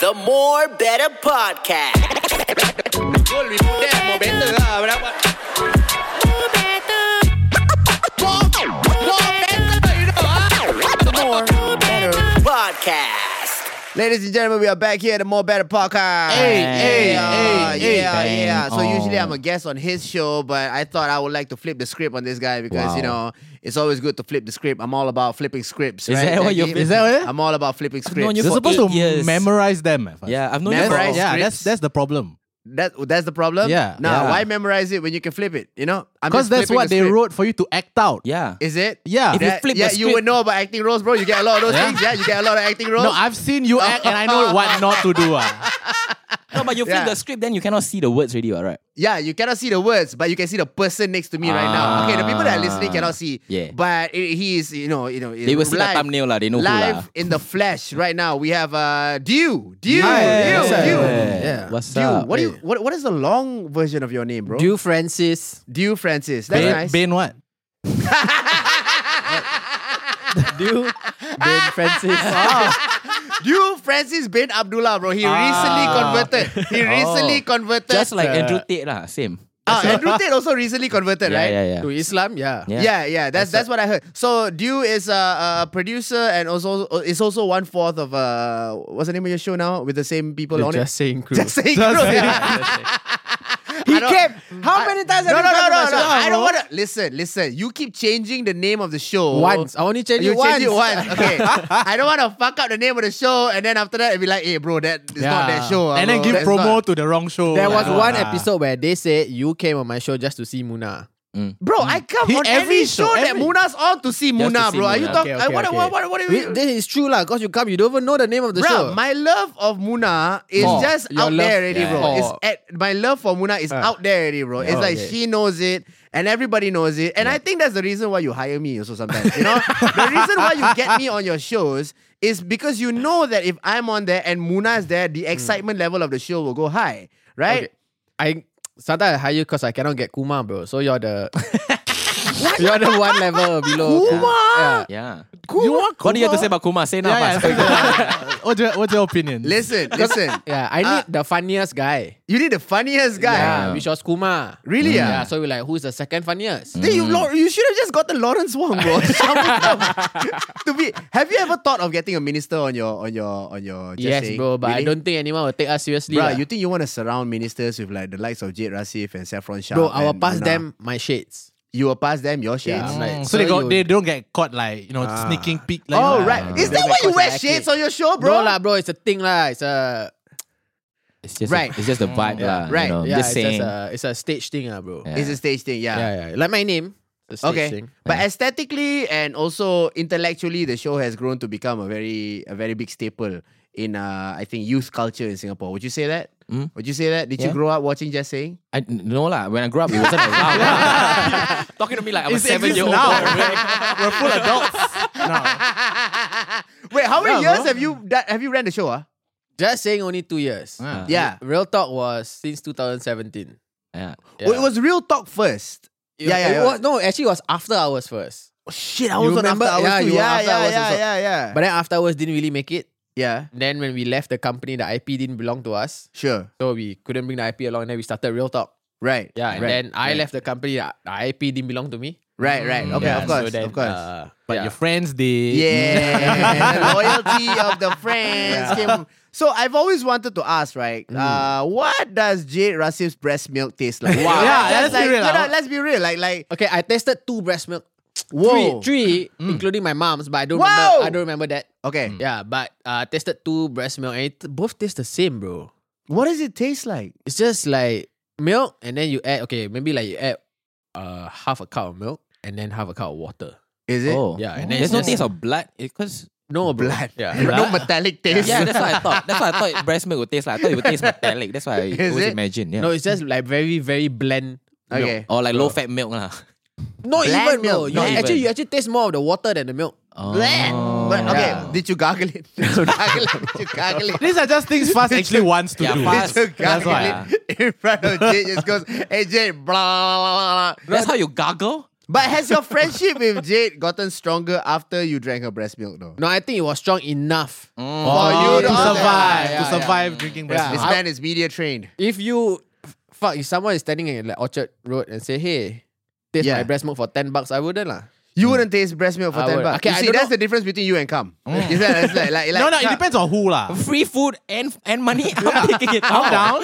The More Better Podcast. Good, we do that more better lah, berapa? More better. More, more better, you know, ah. More Better Podcast. Ladies and gentlemen, we are back here at the More Better Podcast. Hey, hey, yeah, hey, hey. yeah, Bang yeah. So usually on. I'm a guest on his show, but I thought I would like to flip the script on this guy because you know Wow. it's always good to flip the script. I'm all about flipping scripts. Is right? that what you're- is that what- I'm all about flipping scripts. known you You're for supposed eight to years. memorize them. at first. Yeah, I've known you for Memorize yeah. yeah. That's scripts. that's the problem. that that's the problem. Yeah. No, Yeah. why memorize it when you can flip it? You know, I'm Because that's just flipping what the they script. wrote for you to act out. Yeah. Is it? Yeah. If you That- flip the yeah, you script- would know about acting roles, bro. You get a lot of those Yeah. things. Yeah, you get a lot of acting roles. No, I've seen you act and I know what not to do. Ah, No, but you flip Yeah. the script, then you cannot see the words really, all right? Yeah, you cannot see the words, but you can see the person next to me right now. Okay, the people that are listening cannot see. Yeah. But it, he is, you know, you know, They will see the live- thumbnail lah, they know who lah. Live in the flesh right now. We have uh Dew. Dew. Hi, Dew. what's up? Dew. Yeah. Yeah. What's Dew. up? What do you what, what is the long version of your name, bro? Dew Francis. Dew Francis. That's Bane, nice. Bane what? Dew Ben Francis. Dew Francis bin Abdullah, bro. He Ah. recently converted. He Oh. recently converted. Just like Uh, Andrew Tate lah, same. Ah, Andrew Tate also recently converted, Yeah, right? yeah, yeah. to Islam, yeah. Yeah. Yeah, yeah, that's that's what I heard. So Dew is a, a producer and also is also one fourth of uh what's the name of your show now with the same people The on Just Saying it. crew. Just saying, bro. he don't- Mm. kept. How many times No, no, no, have you no, come to my no, show? I don't want to listen. Listen, you keep changing the name of the show Once. I only changed You it once. change it once. Okay, I don't want to fuck up the name of the show and then after that it'd be like, hey, bro, that is not that show. ah, And then bro. give That's promo not- to the wrong show. There Like, was no, one ah. episode where they said you came on my show just to see Muna. bro. I come He- on every every show show, that every- Muna's on to see Just to Muna, see bro. Are you Muna. talking? Okay, okay, uh, what, okay. what, what, what are we? this is true lah, cause you come, you don't even know the name of the Bro, show. my love of Muna is Oh, just out your love- there already, yeah. bro. Oh. It's at, my love for Muna is out there already, bro. It's Oh, like okay. she knows it and everybody knows it. And I think that's the reason why you hire me also sometimes. You know? the reason why you get me on your shows is because you know that if I'm on there and Muna's there, the excitement level of the show will go high. Right? Hmm. Okay. I sometimes I hire you cause I cannot get Kuma, bro. So you're the you're the one level below. Kuma? Yeah. Yeah. You want What do you have to Kuma? say about Kuma? Say now Yeah, yeah, fast. what's, your, what's your opinion? Listen, listen. Yeah, Yeah, I need Uh, the funniest guy. You need the funniest guy. Yeah, which was Kuma. Mm. Really, Yeah. ah? so we're like, who's the second funniest? Then you lo- you should have just gotten Lawrence Wong, bro. to be, have you ever thought of getting a minister on your on your on your? Just yes, saying? bro, but I Really? don't think anyone will take us seriously. Bruh, lah. you think you want to surround ministers with like the likes of Jade Rasif and Saffron Shah? Bro, I will and pass Muna? them my shades. You will pass them your shades. Yeah. Mm. like, so they so got you- they don't get caught like you know sneaking peek. Like, ah. Oh right, is that They'll why get you caught wear like shades it. on your show, Bro, bro? lah, bro, it's a thing lah. It's a It's just, a, Right. it's just the vibe lah. you Right. know, yeah, just it's saying. just a it's a stage thing, lah, bro. Yeah. It's a stage thing, yeah. Yeah, yeah. Like my name. It's a stage Okay, thing. but aesthetically and also intellectually, the show has grown to become a very a very big staple in uh I think youth culture in Singapore. Would you say that? Mm. Would you say that? Did you Yeah. grow up watching Just Saying? I, no lah, when I grew up, it wasn't around. lah. Talking to me like I'm It's a seven year old. now. We're full adults. Wait, how many Yeah, years bro. have you done, have you ran the show? Ah, Just saying only two years. Ah. yeah. Real Talk was since 2017. Yeah. Oh, it was real talk first. It- yeah, yeah, it yeah. was- no, actually, it was after hours first. Oh, shit, I You was on remember- after hours yeah, too. you were yeah, after yeah, hours yeah, also. yeah, yeah. But then after hours didn't really make it. yeah, Then when we left the company, the IP didn't belong to us, sure, so we couldn't bring the IP along. And then we started Real Talk. right. Yeah, and right, then I right. left the company. The the IP didn't belong to me. Right, right. Okay, of Yeah, course, so then, of course. uh, But yeah. your friends they yeah, loyalty of the friends. Came from- so I've always wanted to ask, right? Uh, what does Jade Rasif's breast milk taste like? Wow. Yeah, let's be like, real, you know, ah. let's be real. Like, like, Okay, I tested two breast milk. Whoa. Mm. Three, three including my mom's, but I don't Wow. Mm. remember. I don't remember that. okay, Yeah, but uh, I tested two breast milk, and it both taste the same, bro. what does it taste like? It's just like milk, and then you add okay, maybe like you add uh half a cup of milk and then half a cup of water. Is it? Oh. Yeah, and then There's it's no just- taste of blood because. No blood. Yeah. No metallic taste. Yeah, that's what I thought. That's what I thought breast milk would taste like. I thought it would taste metallic. That's what I Is always it? imagined. Yeah. No, it's just like very very bland. Okay. or like low fat milk lah. Not Bland even milk, milk. You not actually even. you actually taste more of the water than the milk. Oh. But okay, Yeah. did you gargle it? Did you gargle it? Did you gargle it? These are just things Fast actually wants to Yeah, do. Faz- Did you That's gargle why, it in front of Jay? Just goes, hey Jay, blah, blah, blah, blah. That's how you gargle. But has your friendship with Jade gotten stronger after you drank her breast milk, though? No, I think it was strong enough. For you Oh, to to survive, yeah, to yeah. survive drinking breast Yeah. This milk. I- man is media trained. If you fuck, if someone is standing in like Orchard Road and say, "Hey, taste Yeah. my breast milk for ten bucks," I wouldn't lah. You wouldn't taste breast milk for I 10 would. bucks. Okay, You I see, don't that's the know- difference between you and cum. Is that, it's like, like, like, Mm. No, no, it depends on who lah. Free food and and money. I'm taking it. Calm down.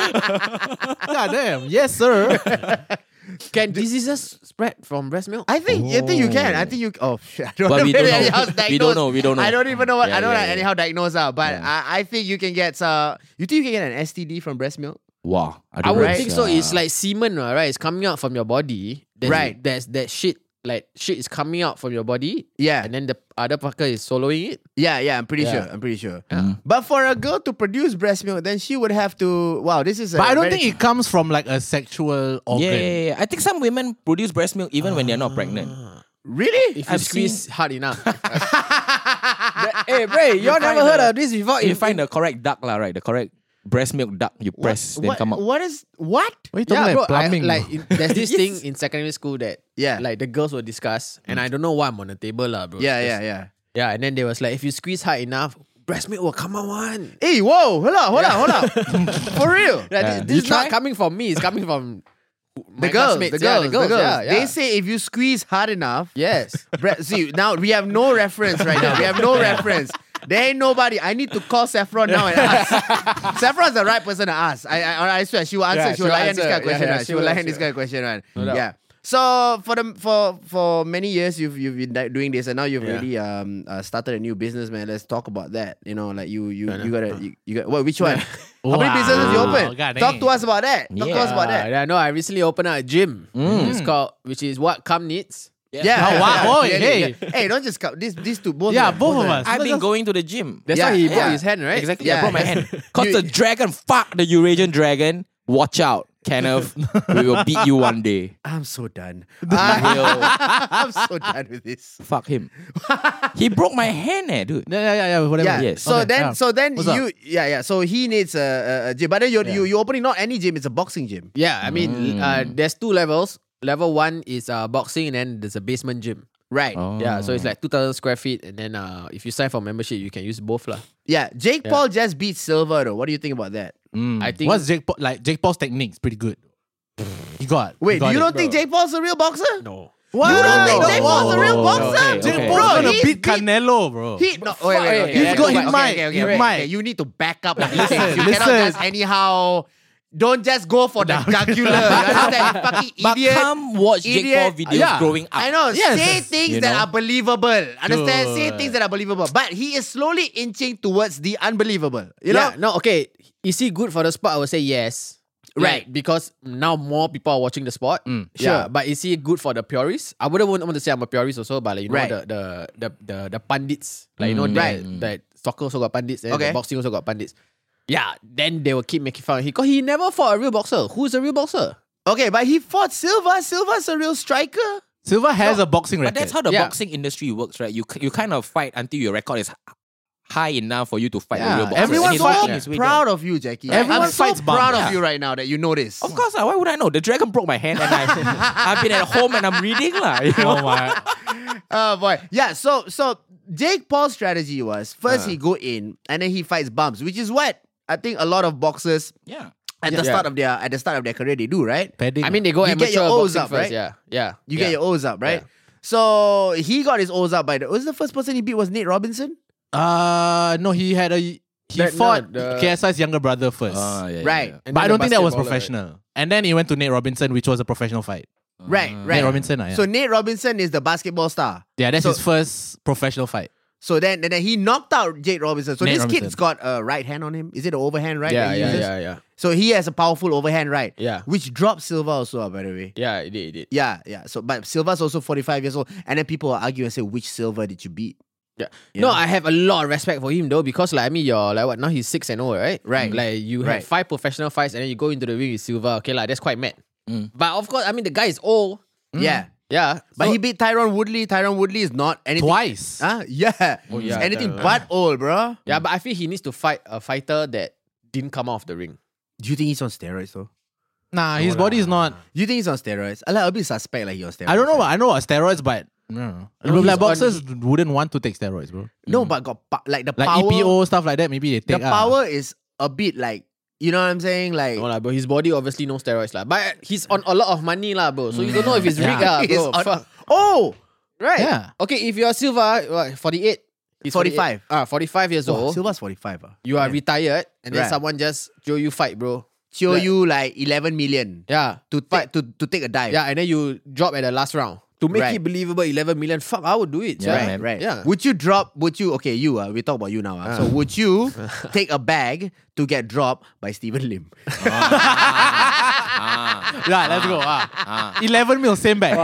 God damn. Yes, sir. Can diseases spread from breast milk? I think I think you can. I think you. Oh, shit, I don't But know. we don't Maybe know. anyhow We don't diagnose. know, we don't know. I don't even know what. Yeah, I don't yeah, know yeah. anyhow diagnose out. But I, I think you can get. Uh, you think you can get an STD from breast milk? Wow. I don't would know, think sia. so. It's like semen, uh, right? It's coming out from your body. There's, Right. There's that shit. Like shit is coming out from your body, Yeah, and then the other fucker is swallowing it. yeah, yeah. I'm pretty Yeah. sure. I'm pretty sure. But for a girl to produce breast milk, then she would have to. Wow, this is. A But I don't very- think it comes from like a sexual organ. Yeah, yeah, yeah. I think some women produce breast milk even when they're not pregnant. really. If you I've squeeze seen- hard enough. hey, Bray, you all find never heard the- of this before? You find the correct duck lah, right? The correct breast milk duck. You press, then What, come out. what is what? What are you yeah, talking bro, about? Plumbing. I, like bro? in- there's this thing in secondary school that Yeah. like the girls will discuss, and I don't know why I'm on the table, lah, bro. Yeah, yeah, Just- yeah. yeah. And then they was like, if you squeeze hard enough, breast milk will come out one. Hey, whoa! Hold up, hold up, hold up. For real. Like, Yeah. You This, this is not try? coming from me. It's coming from The my girls, the girls, classmates. Yeah, the girls. Yeah, yeah. They say if you squeeze hard enough, yes. Bre- see, now we have no reference right now. We have no reference. There ain't nobody. I need to call Saffron now and ask. Saffron's the right person to ask. I I, I swear she will answer. Yeah, she will she'll lie on this answer. kind of Yeah, question. yeah, right? she She will will, lie on she this kind of question. Right? doubt. yeah. So for the for for many years you've you've been di- doing this and now you've already um uh, started a new business man. Let's talk about that. You know, like you you you gotta you, you got what which one? How many businesses you Wow. open? God Talk to dang. us about that. Talk to us about Uh, that. Mm. yeah, no, I recently opened up a gym. It's called, which is what cum needs. Yeah. Oh, wow. Oh, hey. Hey, don't just come. These these two both. Yeah, them, both of them. us. I've Not been just- going to the gym. That's Yeah, why he broke yeah. his hand, right? Exactly. Yeah. I brought my hand. Cause You- the dragon, fuck the Eurasian dragon. Watch out, Kenneth. we will beat you one day. I'm so done. Will. I'm so done with this. fuck him. he broke my hand, eh, dude. Yeah, yeah, yeah, yeah, whatever. Yeah. yes. Okay, So then, yeah. so then What's you, yeah, yeah. So he needs a, a, a gym, but then you're, you you opening not any gym. It's a boxing gym. Yeah, I mean, uh, Mm. there's two levels. Level one is uh, boxing, and then there's a basement gym. Right. Yeah, so it's like 2,000 square feet, and then uh, if you sign for membership, you can use both. lah. Yeah. Jake Paul just beat Silver though. What do you think about that? I Mm. think What's Jake Paul like? Jake Paul's technique's pretty good. You got. Wait, got you it. don't think Jake Paul's a real boxer? no. What? You don't think No. Jake Paul's a real Whoa. boxer? Okay, Jake okay. Paul's Bro, gonna he's beat Canelo, bro? He, no, wait, wait, okay, He's okay, got okay, his mic, okay, Okay, okay, his okay, mic. okay, you need to back up. on these Listen, things. you cannot listen. just anyhow. Don't just go for the jugular. You understand? You fucking But idiot. come watch Jake Paul idiot. videos Yeah. growing up. I know. Yes. Say things You that know? are believable. Understand? Say Dude. things that are believable. But he is slowly inching towards the unbelievable. You You know? know, no, okay. Is he good for the sport? I would say yes. Right. Like, because now more people are watching the sport. Yeah, sure. but is he good for the purists? I wouldn't want want to say I'm a purist also, but like you know Right. the, the the the the pundits, like you know Mm. that Right. that soccer also got pundits, and Okay. the boxing also got pundits. Yeah, then they will keep making fun of him because he never fought a real boxer. Who's a real boxer? Okay, but he fought Silva. Silva's a real striker. Silva has a boxing But record. that's how the Yeah. boxing industry works, right? You c- you kind of fight until your record is h- high enough for you to fight Yeah, the real boxer. everyone Everyone's And he's so fought- fighting yeah. his way proud of you, Jackie. Everyone I'm so fights proud bumps. of you right now that you know this. there. Of course, lah. why would I know? The dragon broke my hand, and I, I've been at home and I'm reading, lah. You know? oh my. Oh boy. Yeah, so so Jake Paul's strategy was first he Uh. go in and then he fights bumps, which is what I think a lot of boxers Yeah. at the Yeah. start of their at the start of their career they do, right? Padding. I mean, they go You amateur get your O's boxing up, first. right? Yeah, yeah. You yeah. get your O's up, right? Yeah. So he got his O's up by the. Was the first person he beat was Nate Robinson, uh, no, he had a he That- no, fought the- KSI's younger brother first. right? but And then I don't the think that was basketballer, right? professional. And then he went to Nate Robinson, which was a professional fight. Right, Uh, right. Nate Robinson, ah, yeah. So Nate Robinson is the basketball star. yeah, that's so- his first professional fight. So then, and then he knocked out Jade Robinson. So Nate this kid's Robinson. got a right hand on him. Is it an overhand right? Yeah, that he yeah, uses? yeah, yeah, So he has a powerful overhand right. Yeah. Which dropped Silva also, ah, by the way. yeah. It did, it did. Yeah, yeah. So, but Silva's also 45 years old. And then people will argue and say, which Silva did you beat? Yeah. You No, know? I have a lot of respect for him though, because like I mean you're like what now he's six and old, right? Right. Like you Mm. Right. have five professional fights and then you go into the ring with silver. Okay, like that's quite mad. Mm. But of course, I mean the guy is old. Mm. Yeah. Yeah. But so- he beat Tyron Woodley. Tyron Woodley is not anything. Twice. Huh? Yeah. Oh, yeah, anything Tyron. but old, bro. Yeah, but I feel he needs to fight a fighter that didn't come out of the ring. Do you think he's on steroids though? Nah, Uh, his body is not. You think he's on steroids? I like a bit suspect like he on steroids. I don't know. I know about steroids, but no, he's black on- boxers wouldn't want to take steroids, bro. No, but got pa- like the Like power. E EPO stuff like that. Maybe they the take ah. power is a bit like you know what I'm saying. Like No lah, bro. His body obviously no steroids lah. But he's on a lot of money lah, bro. So you don't know if it's rigged Mm. Yeah. lah, He's bro. on- Fuck. oh, Right. Yeah. Okay, if you are Silva, what, 48. He's 45. 48. Ah, 45 years so old. Silva's 45. Ah, You are retired, and then Right. someone just throw you fight, bro. show Like- you like 11 million Yeah. to take, to to take a dive. Yeah, and then you drop at the last round. To make Right. it believable, 11 million. Fuck, I would do it. Yeah, sia. man. Right. Yeah. Would you drop? Would you? Okay, you. Uh, we talk about you now. ah. So would you take a bag to get dropped by Stephen Lim? Yeah, let's go. Ah. Eleven mil, same bag.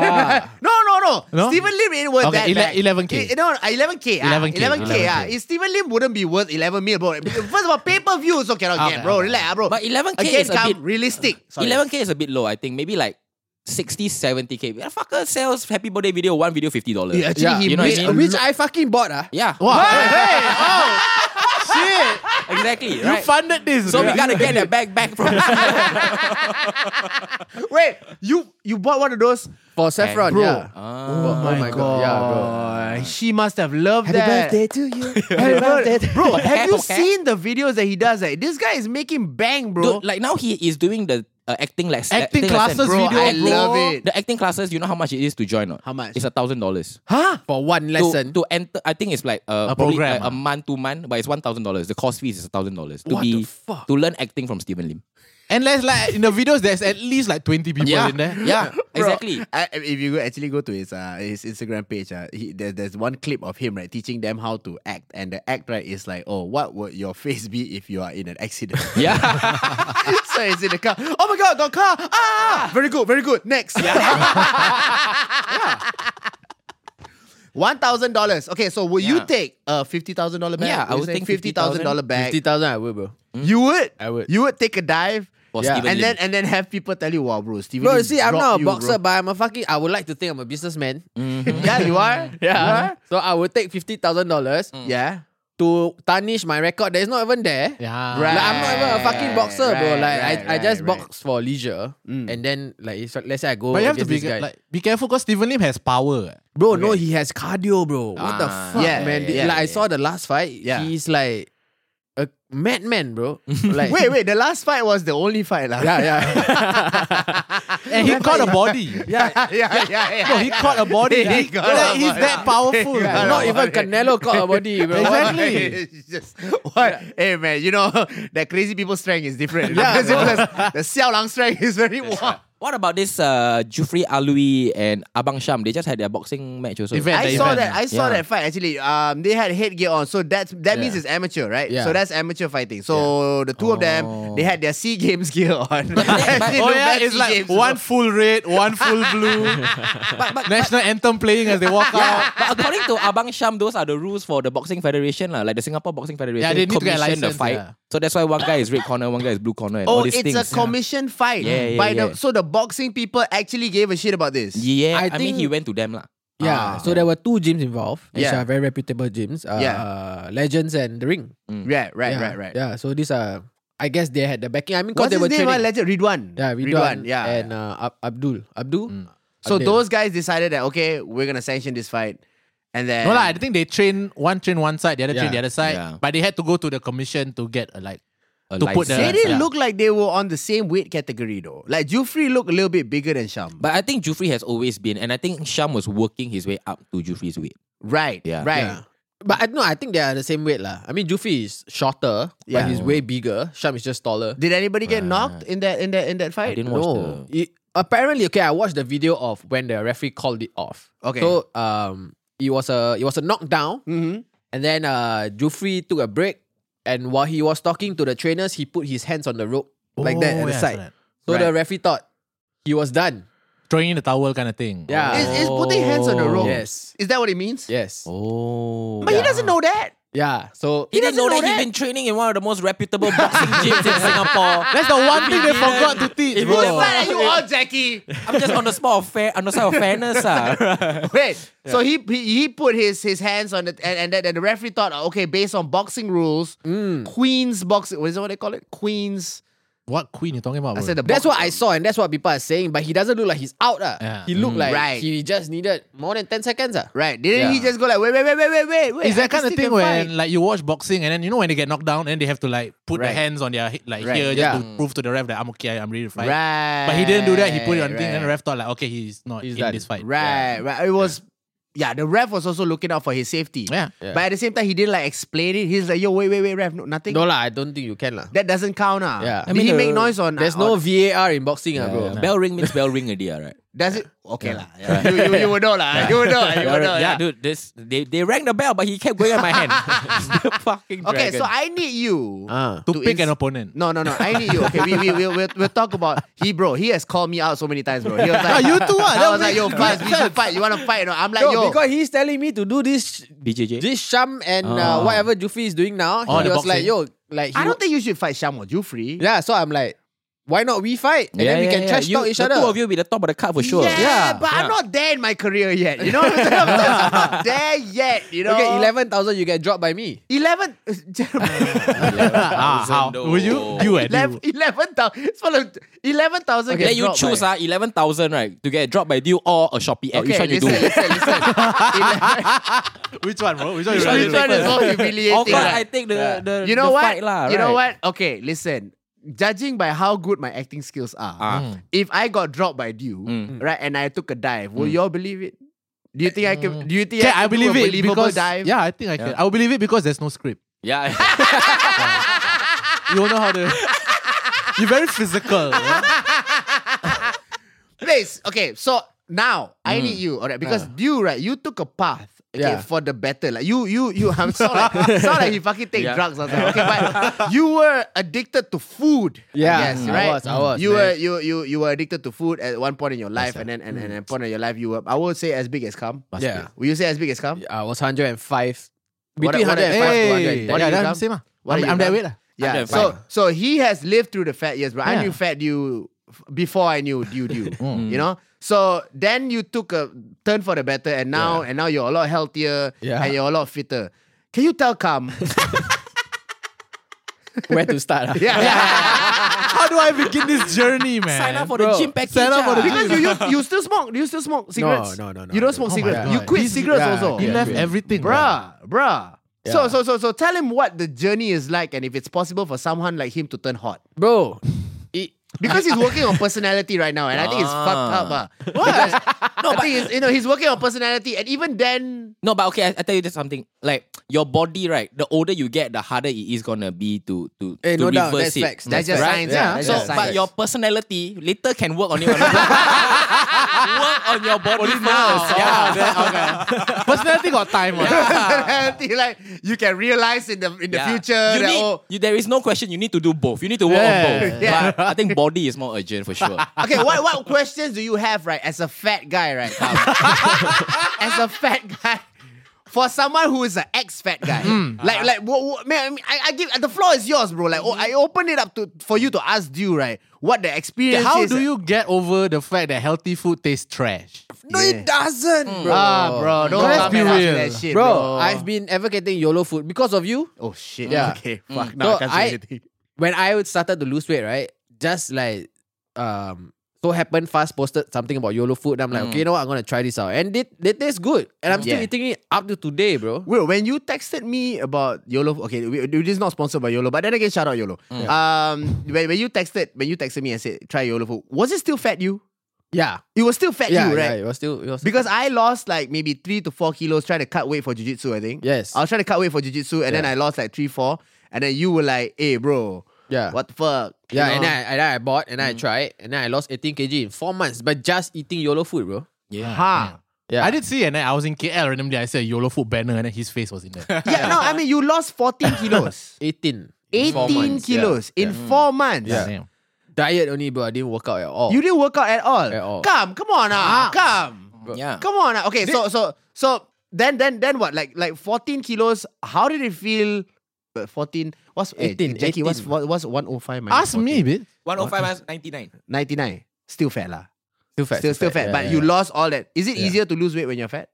No, no, no. No? Stephen Lim ain't worth Okay, that. ele- bag. 11K. It- no, uh, 11K. 11K, 11K. 11K. ah. 11K. If Stephen Lim wouldn't be worth 11 mil, bro. First of all, pay per view also cannot Okay, get, bro. okay. Relax, ah, bro. But 11K Again, is a come bit- realistic. Sorry. 11k is a bit low, I think. Maybe like 60, 70k. That fucker sells happy birthday video, one video $50. Yeah, actually, he you know what made I a mean? Which I fucking bought, ah. Yeah, exactly. You Right? funded this. so bro. we gotta get that bag back from Wait, you you bought one of those? For Saffron, Bro. yeah. Ah. Oh my God. Yeah, bro. Yeah, bro. She must have loved that. to you. Happy birthday. Bro, have you Pocket. seen the videos that he does? Like, this guy is making bang, bro. Dude, like now he is doing the uh, acting lesson. Acting classes lesson. bro, video, I bro. love it. The acting classes, you know how much it is to join? Not? How much? It's a thousand dollars. huh? For one lesson. To enter, I think it's like uh, A probably, program, like, a ah. month, two month, but it's one thousand dollars. The course fees is a thousand dollars to What be the fuck? to learn acting from Stephen Lim. And there's like in the videos, there's at least like twenty people Yeah, in there. yeah, exactly. I, if you go- actually go to his uh, his Instagram page, uh, he, there, there's one clip of him right teaching them how to act, and the act right is like, oh, what would your face be if you are in an accident? Yeah, so he's in the car. Oh my god, got car! Ah, very good, very good. Next. One thousand dollars. Okay, so would you Yeah. take a fifty thousand dollar bag? Yeah, I You would say think fifty thousand dollar bag. Mm-hmm. 50,000, I would, bro. You would. I would. You would take a dive. For and Steven Lim. then and then have people tell you, wow, bro, Steven. Bro, you Lim see, I'm dropped not a you, bro." boxer, but I'm a fucking. I would like to think I'm a businessman. yeah, you are. Yeah. Mm. So I would take fifty thousand dollars Yeah. to tarnish my record that is not even there. Yeah. Like, I'm not even a fucking boxer, bro. Right, Like right, I, I just right, Mm. box for leisure, and then like if- let's say I go. But you have to against be Oh, this guy. like be careful because Stephen Lim has power. bro. No, he has cardio, bro. What the fuck, Ah, yeah, man? yeah, Did- yeah, like I yeah. saw the last fight. Yeah. he's like a madman, bro. like Wait, wait. The last fight was the only fight, lah. yeah, yeah, And he caught a body. yeah, yeah, yeah. No, he caught a body. He He, got like, a he's body. that powerful. got a Not Not even. even Canelo caught a body, bro. Exactly. It's just, what? Hey man, you know that crazy people strength is different. Yeah, the, crazy people's- the Xiao Lang strength is very wow. what about this? Uh, Jufri Alui and Abang Sham. They just had their boxing match also. Event. I saw event. that. I saw Yeah. that fight actually. Um, they had headgear on, so that's that means it's amateur, right? Yeah. So that's amateur fighting. So the two of them, they had their Sea Games gear on. Actually Oh look yeah, bad it's SEA like Games, bro. one full red, one full blue. National anthem playing as they walk out. Yeah, but according to Abang Sham, those are the rules for the boxing federation, lah. Like the Singapore Boxing Federation Yeah, they need to get commission the license, fight. yeah. So that's why one guy is red corner, one guy is blue corner, and all Oh, these it's things. a commission fight. Yeah, yeah, by The, yeah. so the boxing people actually gave a shit about this. yeah, I I, mean think- he went to them, lah. Yeah. Ah. So there were two gyms involved, which Yeah. are very reputable gyms. Uh, Yeah. Legends and the Ring. Yeah, right, yeah. right, right. Yeah. So these are, I guess they had the backing. I mean, because What's they were his name? training. ah? Legend Ridwan. yeah, Ridwan. yeah. Mm. And uh, Ab- Abdul. Abdul. so Abdul. those guys decided that okay, we're gonna sanction this fight, and then No lah, I think they train one train one side, the other train Yeah, the other side. yeah. But they had to go to the commission to get a, like A to put the. they license. didn't yeah. look like they were on the same weight category though. Like Jufri looked a little bit bigger than Sham. But I think Jufri has always been, and I think Sham was working his way up to Jufri's weight. right, Yeah. right. Yeah. But I no, I think they are the same weight. lah. I mean, Jufi is shorter, Yeah. but he's way bigger. Sham is just taller. Did anybody get knocked in that in that in that Uh, I fight? didn't watch No. It- apparently, okay, I watched the video of when the referee called it off. Okay. So um, it was a it was a knockdown. Mhm. And then uh Jufri took a break. And while he was talking to the trainers, he put his hands on the rope like that Oh, at the yeah, I saw side. that. So the Right. referee thought he was done. Throwing in the towel kind of thing. Yeah. Is, is putting hands on the rope? Uh, Yes. Is that what it means? Yes. Oh. But he doesn't know that. Yeah. So He, didn't know that, that. he's been training in one of the most reputable boxing gyms in Singapore. That's the one thing they forgot to teach, Who the bro. fuck are you all, Jackie? I'm just on the spot of fair, on the side of fairness, ah. Wait. So he, he he put his his hands on it, and and, then- and the referee thought, oh, okay, based on boxing rules, Queens boxing. What is that what they call it? Queens What queen you talking about? bro? I said the That's box- what I saw, and that's what people are saying. But he doesn't look like he's out. ah. Yeah. He looked like Right. he just needed more than 10 seconds. ah. Right? Didn't he Yeah. just go like wait, wait, wait, wait, wait, wait? wait it's that I kind of still thing can when fight. like you watch boxing and then you know when they get knocked down and they have to like put their Right. hands on their he- like Right, here just yeah. to prove to the ref that I'm okay, I'm ready to fight. Right. But he didn't do that. He put it on thing and the right, ref thought like, okay, he's not He's in done. this fight. Right, right. It was. Yeah, the ref was also looking out for his safety. Yeah. Yeah. But at the same time, he didn't like explain it. He's like, yo, wait, wait, wait, ref, no, nothing. No, lah, I don't think you can. lah. That doesn't count. Ah. Yeah. Did I mean, he make uh, noise on There's on- no VAR in boxing, ah, bro. Bell ring means bell ring already, ah, right? Does it? Okay, lah. Yeah. You, you, you would know, lah. You would know. You Yeah, would know. yeah, Yeah. dude. This they, they rang the bell, but he kept going at my hand. the fucking Okay, dragon. so I need you. Ah. To, To pick an ins- opponent. No, no, no. I need you. Okay, we we we we'll, we'll talk about he, bro. He has called me out so many times, bro. He was like, you too, ah. I That was like, yo, makes fast, we should fight. You wanna fight? No, I'm like, No, yo, because he's telling me to do this, BJJ. this sham and uh, Ah. whatever Jufi is doing now. Oh, he the was like, boxing. yo, like he I wa- don't think you should fight Sham or Jufri. Yeah, so I'm like, why not we fight and yeah, then we yeah, can yeah. trash you, talk each the other. Two of you will be the top of the card for sure. Yeah, but I'm not there in my career yet. You know what I'm saying? I'm not there yet. You know. Okay, eleven thousand, you get dropped by me. Eleven. ah, how? Would you? You and Eleven. you. Eleven thousand. Eleven thousand. Then you choose ah, eleven thousand right to get dropped by deal or a Shopee app. Okay, Which one you listen, do? listen, listen. Which one, bro? Which one? Which you rather one do? is more humiliating? Of course, lah? I take the, the you know the what? Fight, lah, you know right? what? Okay, listen. Judging by how good my acting skills are, Ah. if I got dropped by you, Mm. right, and I took a dive, will y'all believe it? Do you think I Mm. can? Do you think Yeah, I I, can do believe a it believable because dive? yeah, I think I can. I will believe it because there's no script. Yeah. You don't know how to. You're very physical. yeah? Please, okay. So now I need you, alright? Because you, right, you took a path. Okay, Hmm. Yeah. for the better. Like you, you, you I'm sorry. Like, sound like you fucking take Yeah. drugs or something. Okay, but you were addicted to food. Yeah, Yes, I right? was, I was, you man. were you you you were addicted to food at one point in your life, and then and, and at point in your life you were I would say as big as cum. Mm. Yeah. Will you say as big as cum? I was hundred and five. What- Between what- hundred and five to hundred Hey, What and ten. yeah, have you that's done? same. ah. What have I'm you I'm that done? way lah. Yeah. Under So five. so he has lived through the fat years, bro. I Yeah. knew fat you f- before I knew you you. You know? So then you took a turn for the better and now and now you're a lot healthier Yeah. and you're a lot fitter. Can you tell Cam? Where to start? ah? yeah. How do I begin this journey, man? Sign up for the Bro, gym package. sign up for the ah. gym. Because you, you you still smoke. You still smoke cigarettes. no, no, no, You I don't don't. smoke Oh my cigarettes. You God. quit This- cigarettes yeah, also. He Yeah, left true. everything, bruh. bruh, bruh. So so so so tell him what the journey is like and if it's possible for someone like him to turn hot. Bro, it, Because he's working on personality right now, and I think it's fucked up. Uh. What? no, I think it's, you know he's working on personality, and even then, No, but okay, I, I tell you this something. Like your body, right? The older you get, the harder it is gonna be to to, Hey, to Eh, no doubt, reverse that's it. facts. that's just right? science. Yeah. Yeah. that's So, just but science. your personality later can work on it. work on your body first. Yeah. Personality got time. ah. personality, like you can realize in the in the Yeah. future. You that, need, oh, you, there is no question. You need to do both. You need to work on both. Yeah. But I think body is more urgent for sure. Okay, what what questions do you have, right? As a fat guy, right? Tom? as a fat guy, for someone who is an ex-fat guy, like like what, what, man, I mean, I, I give the floor is yours, bro. Like oh, I open it up to for you to ask you, right? What the experience? How is. do you get over the fact that healthy food tastes trash? no, it doesn't, bro. Ah, bro, don't Let's come be and ask me real. that shit, bro, bro. I've been advocating YOLO food because of you. oh shit. Yeah. Okay. Fuck. So No, I can't say I- anything. When I would started to lose weight, right? Just like um so happened fast posted something about YOLO food. And I'm like, okay, you know what? I'm gonna try this out. And they, they taste good. And I'm still Mm. Yeah. eating it up to today, bro. Well, when you texted me about YOLO, okay, we, this is not sponsored by YOLO, but then again, shout out YOLO. Um, when, when you texted, when you texted me and said try YOLO food, was it still fat you? Yeah. It was still fat Yeah, you, yeah, right? it was still it was Because I lost like maybe three to four kilos trying to cut weight for jujitsu. I think. Yes. I was trying to cut weight for jujitsu, and then Yeah. I lost like three, four, and then you were like, "Hey, bro, Yeah. what the fuck?" Yeah, You and know? Mm. then, I, and then I bought and then I tried and then I lost 18 kg in four months by just eating YOLO food, bro. Huh. Yeah. I did see, and then I was in KL randomly. I said YOLO food banner, and then his face was in there. Yeah, no, I mean you lost 14 kilos. 18. 18 Four months, yeah. kilos in four months. Damn. Diet only, bro. I didn't work out at all. You didn't work out at all. At all. Ah. Come, come on now. Come. Yeah. Come on now. Okay, so so so then then then what? Like like 14 kilos, how did it feel? Uh, 14 what's eh, 18, Jackie, what's 18. what- what's 105 minus Ask me, bitch. 105 minus 99. 99. Still fat lah. still fat. still still fat, Yeah, but yeah, you yeah. lost all that. Is it Yeah. easier to lose weight when you're fat?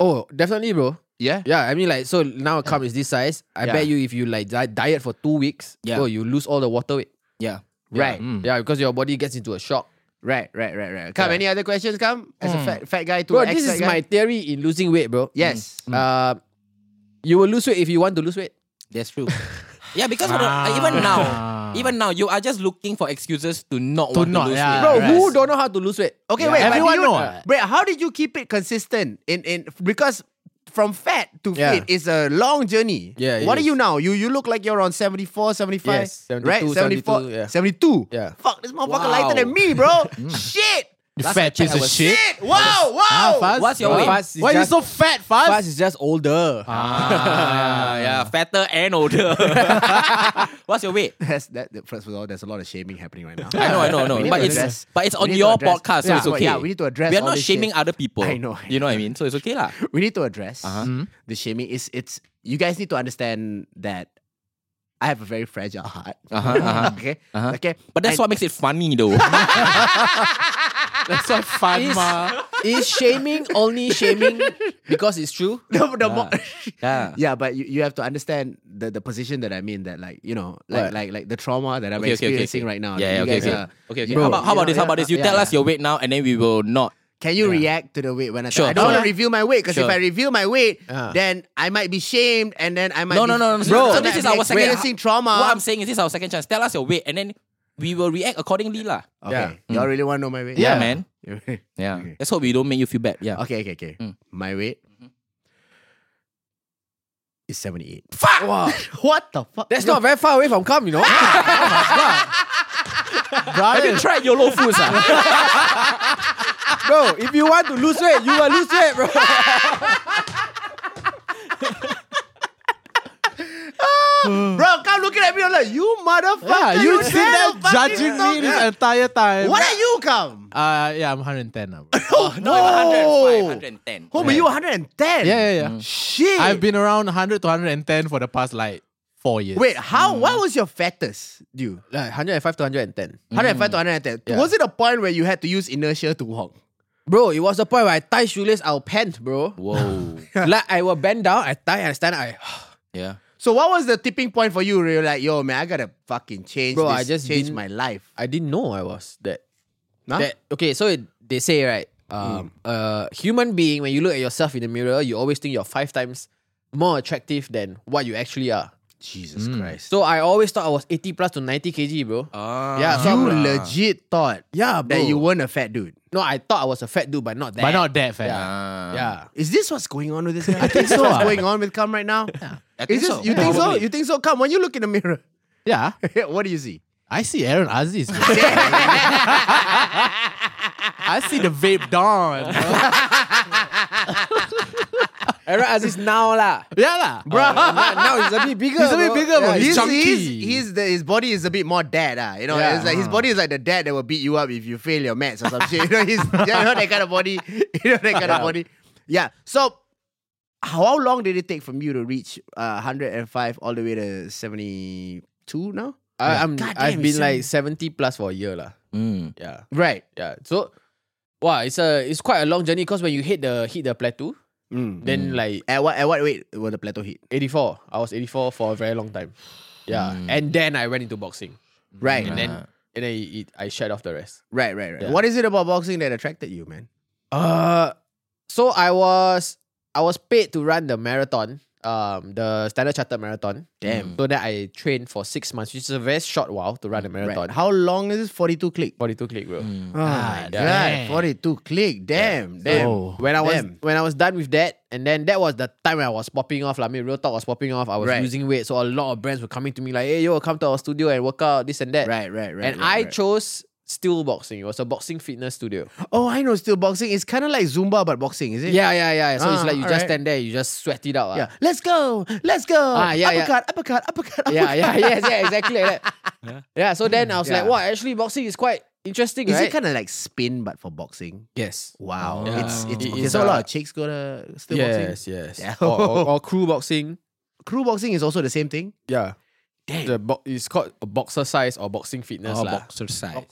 Oh, definitely, bro. Yeah. Yeah, I mean, like, so now cum is this size. I Yeah. bet you if you like di- diet for two weeks, Yeah. bro, you lose all the water weight. Yeah. Right. Yeah, Mm. because your body gets into a shock. Right, right, right, right. Come, any other questions? Come as a fat, fat guy to Hmm. Bro, an this ex-fat is guy? my theory in losing weight, bro. yes. Uh, you will lose weight if you want to lose weight. That's true. yeah, because of the- uh, even now, even now, you are just looking for excuses to not To want not, to lose yeah. weight. Bro, who Yes. don't know how to lose weight? Okay, Yeah. wait. Everyone but you, know. Brad, how did you keep it consistent in in because from fat to Yeah. fit is a long journey. Yeah, it What is. are you now? You you look like you're on 74, 75, Yes, 72, right? 74, 72, yeah. 72. Yeah. Fuck, this motherfucker Wow. Mm. lighter than me, bro. Shit. You fat piece of shit. Shit. Wow, wow. Faz, What's your weight? Faz is Why you just- so fat, Faz? Fast is just older. Ah, yeah, fatter and older. What's your weight? That's that. First of all, there's a lot of shaming happening right now. I know, I know, I know. We need But to it's address- but it's we on need to your address- podcast, so yeah, it's okay. yeah, we need to address We are all not this shaming shit. other people. I know, I You know what I mean? So it's okay lah. We need to address Uh-huh. the shaming. Is it's you guys need to understand that I have a very fragile heart. Uh-huh, uh-huh. okay, Uh-huh. okay. But that's I- what makes it funny though. That's why fun, ma. Is shaming only shaming because it's true? the, the mo- yeah. yeah, but you, you have to understand the, the position that I'm in. That like you know, like What? like like the trauma that I'm Okay, okay, okay, experiencing okay. right now. Yeah, yeah, You okay, guys okay. are- Okay, okay. you how know, about, how you about know, this? How about yeah, this? You yeah, tell yeah. us your weight now, and then we will not. Can you react to the weight when I? Sure, I don't sure. want to reveal my weight because Sure. if I reveal my weight, Ah. then I might be shamed and then I might. No, be, no, no, I no. So might this is be our second experiencing trauma. What I'm saying is this is our second chance. Tell us your weight, and then we will react accordingly lah. okay, y'all really want to know my weight? Mm. Yeah, man. man. Yeah. Okay. Let's hope we don't make you feel bad. Yeah. Okay, okay, okay. Mm. My weight is 78. Fuck! what the fuck? That's not very far away from come, you know. Have you tried YOLO foods? ah? bro, if you want to lose weight, you will lose weight, bro. Bro, come looking at me. I'm like, you motherfucker. Yeah, Ah, you sit there little fucking judging me dog. this entire time. What are you, come? Uh, yeah, I'm 110 now. bro. Oh, no, I'm 105, 110. Home, you 110? yeah, yeah, yeah. Shit. I've been around 100 to 110 for the past like four years. Wait, how? What was your fattest, dude? Like 105 to 110. 105 to 110. Yeah. Was it a point where you had to use inertia to walk? Bro, it was the point where I tie shoelace, I'll pant, bro. Whoa. like I will bend down, I tie, I stand, I Yeah. So what was the tipping point for you? Where you're like, yo, man, I gotta fucking change Bro, this, I just change didn't- my life. I didn't know I was that. Huh? That okay, so it, they say right, um, uh, human being when you look at yourself in the mirror, you always think you're five times more attractive than what you actually are. Jesus Christ. So I always thought I was eighty plus to ninety kg, bro. Ah. yeah, so You I'm- legit thought yeah, bro. that you weren't a fat dude. no, I thought I was a fat dude, but not that. But not that fat. Ah. Yeah, Uh, Is this what's going on with this guy? I think is this so, What's ah. going on with Kam right now? I think Is this, so. you think so? Probably. You think so? Come, when you look in the mirror, Yeah. what do you see? I see Aaron Aziz. bro. I see the vape dawn. bro. Aaron Aziz now lah. yeah, lah. Bro, now, now he's a bit bigger. He's a bit bigger, bro. Yeah, He's He's, chunky. he's, he's the, his body is a bit more dad, ah. You know, Yeah. it's like his body is like the dad that will beat you up if you fail your maths or some shit. You know, he's you know that kind of body. You know that kind of body. Yeah. So, how long did it take from you to reach uh, 105 all the way to 72 now? I, I'm, God damn, I've been he's like seventy plus for a year lah. Mm. Yeah. Right. Yeah. So wow, it's a it's quite a long journey because when you hit the hit the plateau, Mm. then like At what at what weight will the plateau hit? 84. I was 84 for a very long time. Yeah. And then I went into boxing. Right. And then and then it, it- I shed off the rest. Right, right, right. Yeah. What is it about boxing that attracted you, man? Uh so I was I was paid to run the marathon, um the Standard Chartered marathon. Damn. So that I trained for 6 months, which is a very short while to run a Right. marathon. How long is this? 42 click. 42 click, bro. Oh my damn. god. 42 click. Damn. Damn. Oh. When I was Damn. when I was done with that, and then that was the time when I was popping off. Like, I mean, real talk was popping off. I was Right. losing weight, so a lot of brands were coming to me like, "Hey, yo, come to our studio and work out this and that." Right, right, right. and right, I right. chose Steel Boxing. It was a boxing fitness studio. Oh, I know still boxing. It's kind of like Zumba but boxing, is it? Yeah, yeah, yeah. So Ah, it's like you just alright. stand there, you just sweat it out. ah. Yeah. Let's go. Let's go. Ah, yeah, yeah. uppercut, uppercut, uppercut, yeah, uppercut. yeah, yes, yeah, exactly like that. Yeah. so then I was Yeah. like, "Wow, actually, boxing is quite interesting, Is it right?" kind of like spin but for boxing? yes. Wow. Yeah. It's it's It okay, is, so a lot of uh, chicks go to still boxing. Yes, yes. Yeah. Or, or, or crew boxing. Crew boxing is also the same thing. Yeah. The bo- it's called a boxer size or boxing fitness Oh, lah. boxer size.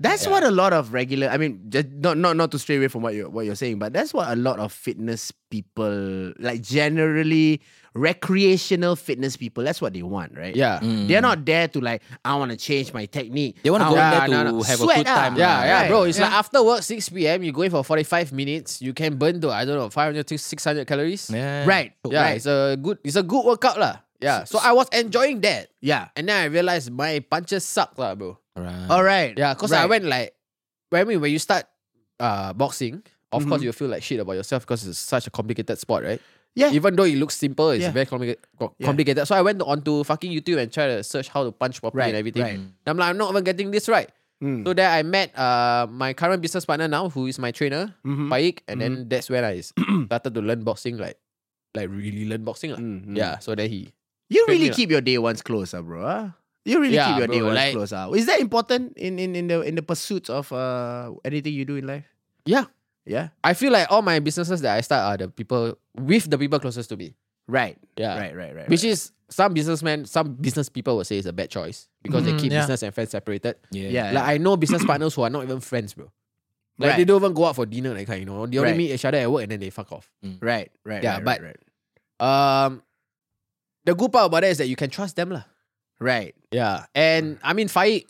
That's what a lot of regular. I mean, just not not not to stray away from what you what you're saying, but that's what a lot of fitness people, like generally recreational fitness people, that's what they want, right? Yeah. Mm. they're not there to like. I want to change my technique. Mm. Ah, They wanna I go in wanna- there to have a good ah. time, Yeah, Ah, yeah, right. bro. It's like after work, 6 p.m., you go in for 45 minutes, you can burn to, I don't know, 500 to 600 calories. Yeah, Yeah. Right. right. it's a good it's a good workout lah. Yeah. So I was enjoying that. yeah. And then I realized my punches suck lah, bro. Right. All right. Yeah, because I Right. went like, I mean, when you start uh, boxing, of course Mm-hmm. you feel like shit about yourself because it's such a complicated sport, right? Yeah. Even though it looks simple, it's Yeah. very complica- co- complicated. So I went onto fucking YouTube and tried to search how to punch properly Right, and everything. right. And I'm like, I'm not even getting this right. Mm. So there I met uh, my current business partner now, who is my trainer, Mm-hmm. Paik, and then that's when I s- started to learn boxing, like, like really learn boxing, lah. Mm, mm. Yeah. So then he You really Train me keep your day ones closer, bro. ah. You really Yeah, keep your day bro, ones like- closer. Is that important in, in, in the in the pursuit of uh anything you do in life? Yeah. Yeah. I feel like all my businesses that I start are the people with the people closest to me. Right. Yeah. Right. Right. Right. Which is some businessmen, some business people will say it's a bad choice because they keep yeah. business and friends separated. Yeah. Mm-hmm, yeah. Like I know business partners who are not even friends, bro. Like Right. they don't even go out for dinner, like you know. They only Right. meet each other at work and then they fuck off. right. Right. Yeah, Right, but- right, Um, the good part about that is that you can trust them, lah. right. Yeah, and I mean, fight.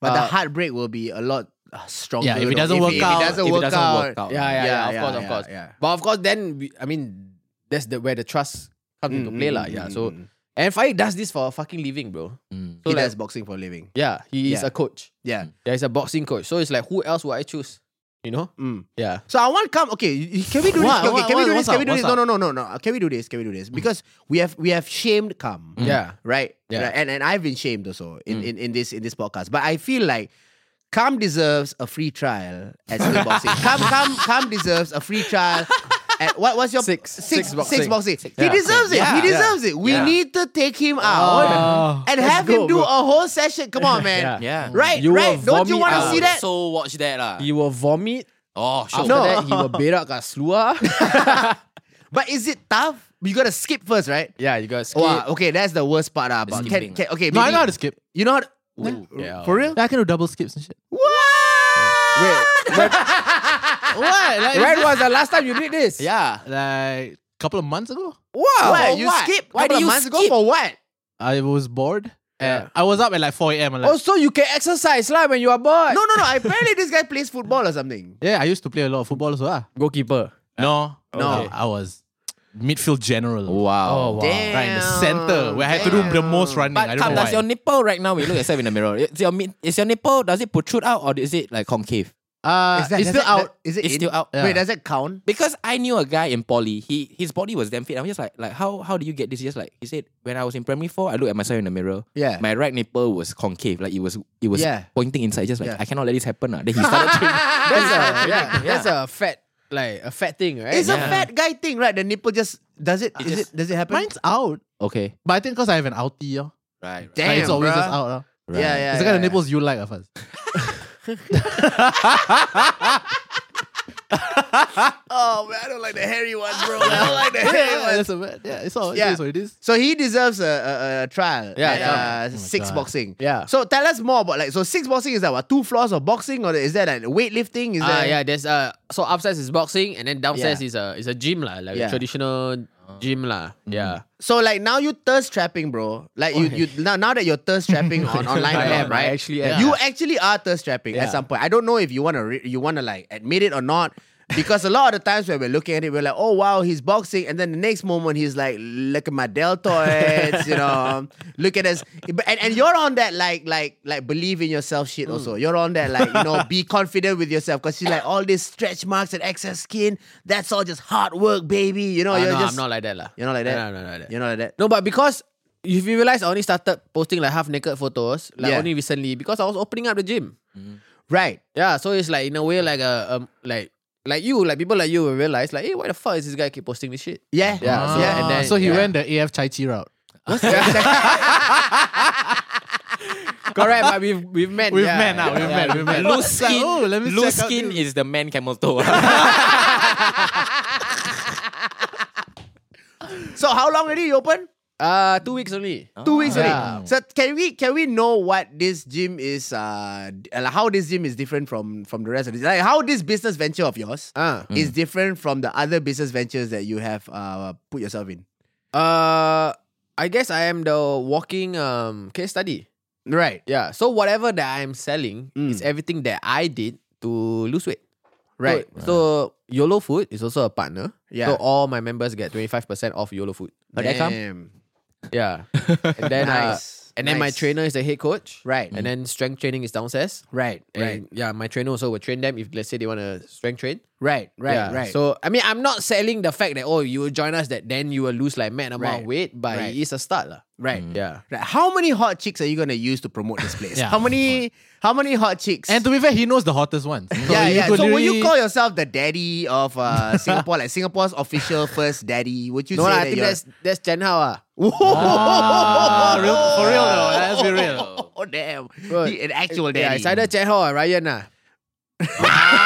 But the Uh, heartbreak will be a lot uh, stronger. Yeah, if it though. doesn't work if, out- it doesn't, if it work, doesn't out, work out. Yeah, yeah, yeah. Yeah, of yeah, course, of yeah, course. yeah. But of course, then we, I mean, that's the where the trust comes into Mm, play, mm, lah. mm, Yeah. mm, So mm. and Faik does this for a fucking living, bro. Mm. So he like, does boxing for a living. yeah, he is Yeah. a coach. Yeah. There's a boxing coach. So it's like, who else would I choose? You know? Mm. Yeah. So I want come. Okay, you- you- can we do this? What- Okay, what- can we do what- what's this? Can we up? do this? No, What's no, no, no, no. Can we do this? Can we do this? Because we have we have shamed come. Mm. Yeah. right? Yeah. Mm. Right. And and I've been shamed also in, in, in this in this podcast. But I feel like Cam deserves a free trial at Slim Boxing. Cam Cam Cam deserves a free trial. At, what was your Six. six, Six six boxing. boxing? Six. He Yeah. deserves it. Yeah. He deserves it. We Yeah. Oh. need to take him out Uh, and have him go, do bro. a whole session. Come on, man. Yeah. Right, You right. will Don't you vomit want to out. see that? So watch that lah. He will vomit. Oh, sure. After that, he will berak kat seluar. But is it tough? You gotta skip first, right? yeah, you guys. Wow. Okay, that's the worst part. Uh, about can, skipping. can, okay, No, I maybe- know how to skip. You know how to, for real? Yeah, I can do double skips and shit. What? what? Like, When was the last time you did this? yeah, like a couple of months ago. Wow. Why you skip? Why did you months ago for what? I was bored. and I was up at like 4 a.m. and like, Also, Oh, you can exercise lah when you are bored. No, no, no. Apparently, this guy plays football or something. yeah, I used to play a lot of football as well. ah. Goalkeeper. No, Okay. no, I was midfield general. Oh, Wow. wow. Damn. Right in the center where I had to do the most running. I But don't Kam, know does why. your nipple right now? We look yourself in the mirror. Is your mi- is your nipple does it protrude out or is it like concave? uh, Is that, it's does still it- out. Is it It's in? still out. Wait, Yeah. does it count? Because I knew a guy in poly. He his body was damn fit. I'm just like like how how do you get this? Just like he said when I was in primary four, I looked at myself in the mirror. Yeah. My right nipple was concave, like it was it was Yeah. pointing inside. Just like Yeah. I cannot let this happen. ah. Then he started. training. That's a, yeah, that's a fat, like a fat thing, right? It's a fat guy thing, right? The nipple just does it. Is just- it? Does it happen? Mine's out. okay. But I think because I have an outie. Oh. Right. Damn, Like, it's always bruh. just out. Oh. Yeah, yeah. it's the kind yeah, of yeah. nipples you like at first. Oh man, I don't like the hairy ones, bro. I don't like the hairy yeah, ones. that's a bad. Yeah, it's all. Yeah. It is what it is. So he deserves a, a, a- a trial. Yeah, at, yeah. Oh uh, six God. boxing. Yeah. So tell us more about like so six boxing is that what two floors of boxing or is that like weightlifting? Is Ah, that yeah. There's uh, so upstairs is boxing, and then downstairs Yeah. is a is a gym lah, like Yeah. Mm. a traditional gym lah. Yeah. So like now you thirst trapping, bro. Like you, you now, now that you're thirst trapping on online I app, am, I right? actually am. You actually are thirst trapping at Yeah. some point. I don't know if you wanna re- you wanna like admit it or not. Because a lot of the times when we're looking at it, we're like, oh wow, he's boxing. And then the next moment he's like, look at my deltoids, you know. Look at us. But- And, and you're on that like like like believe in yourself shit Mm. also. You're on that like, you know, be confident with yourself. Cause you like all these stretch marks and excess skin, that's all just hard work, baby. You know, Ah, Oh, you're no, just I'm not like that lah. You're not like that? No, no, no, like that. you know like that. No, but because if you realize, I only started posting like half naked photos like Yeah. only recently because I was opening up the gym. Right. Yeah. So it's like in a way like a um like. Like you, like people like you will realize, like, hey, why the fuck is this guy keep posting this shit? Yeah. Yeah, so- yeah. and then- so he yeah. went the AF Chai Chi route. Correct, but we've we've met. We've yeah. met now. We've Yeah, met. We've met. Loose Like, skin. oh, let me loose check out skin this. is the man camel toe. ah. So how long already you open? Uh, two weeks only. Two weeks Yeah. only. So can we can we know what this gym is? Uh, d- like how this gym is different from from the rest of this? Like how this business venture of yours Ah. is different from the other business ventures that you have uh put yourself in. Uh, I guess I am the walking um case study. Right. Yeah. So whatever that I'm selling Mm. is everything that I did to lose weight. Right. So, so YOLO Food is also a partner. Yeah. So all my members get twenty five percent off YOLO Food. Damn. Yeah. and then uh, Nice. and then my Nice. trainer is the head coach. Right. And then strength training is downstairs. Right. Right. And yeah, my trainer also will train them if let's say they want to strength train. Right. Right. Yeah, Right. So I mean, I'm not selling the fact that oh, you will join us, that then you will lose like mad amount Right, of weight, but right. it is a start, lah. right. Yeah. Right. How many hot chicks are you gonna use to promote this place? Yeah. How many? How many hot chicks? And to be fair, he knows the hottest ones. So yeah, he yeah. could So will you literally- call yourself the daddy of uh, Singapore, like Singapore's official first daddy? Would you No, say lah, that I think you're- that's that's Chen Hao. Ah. Ah, real, for real though, let's be real. Oh damn! Good. He- an actual daddy. Yeah, it's either Chen Hao or Ryan. Ah. Ah.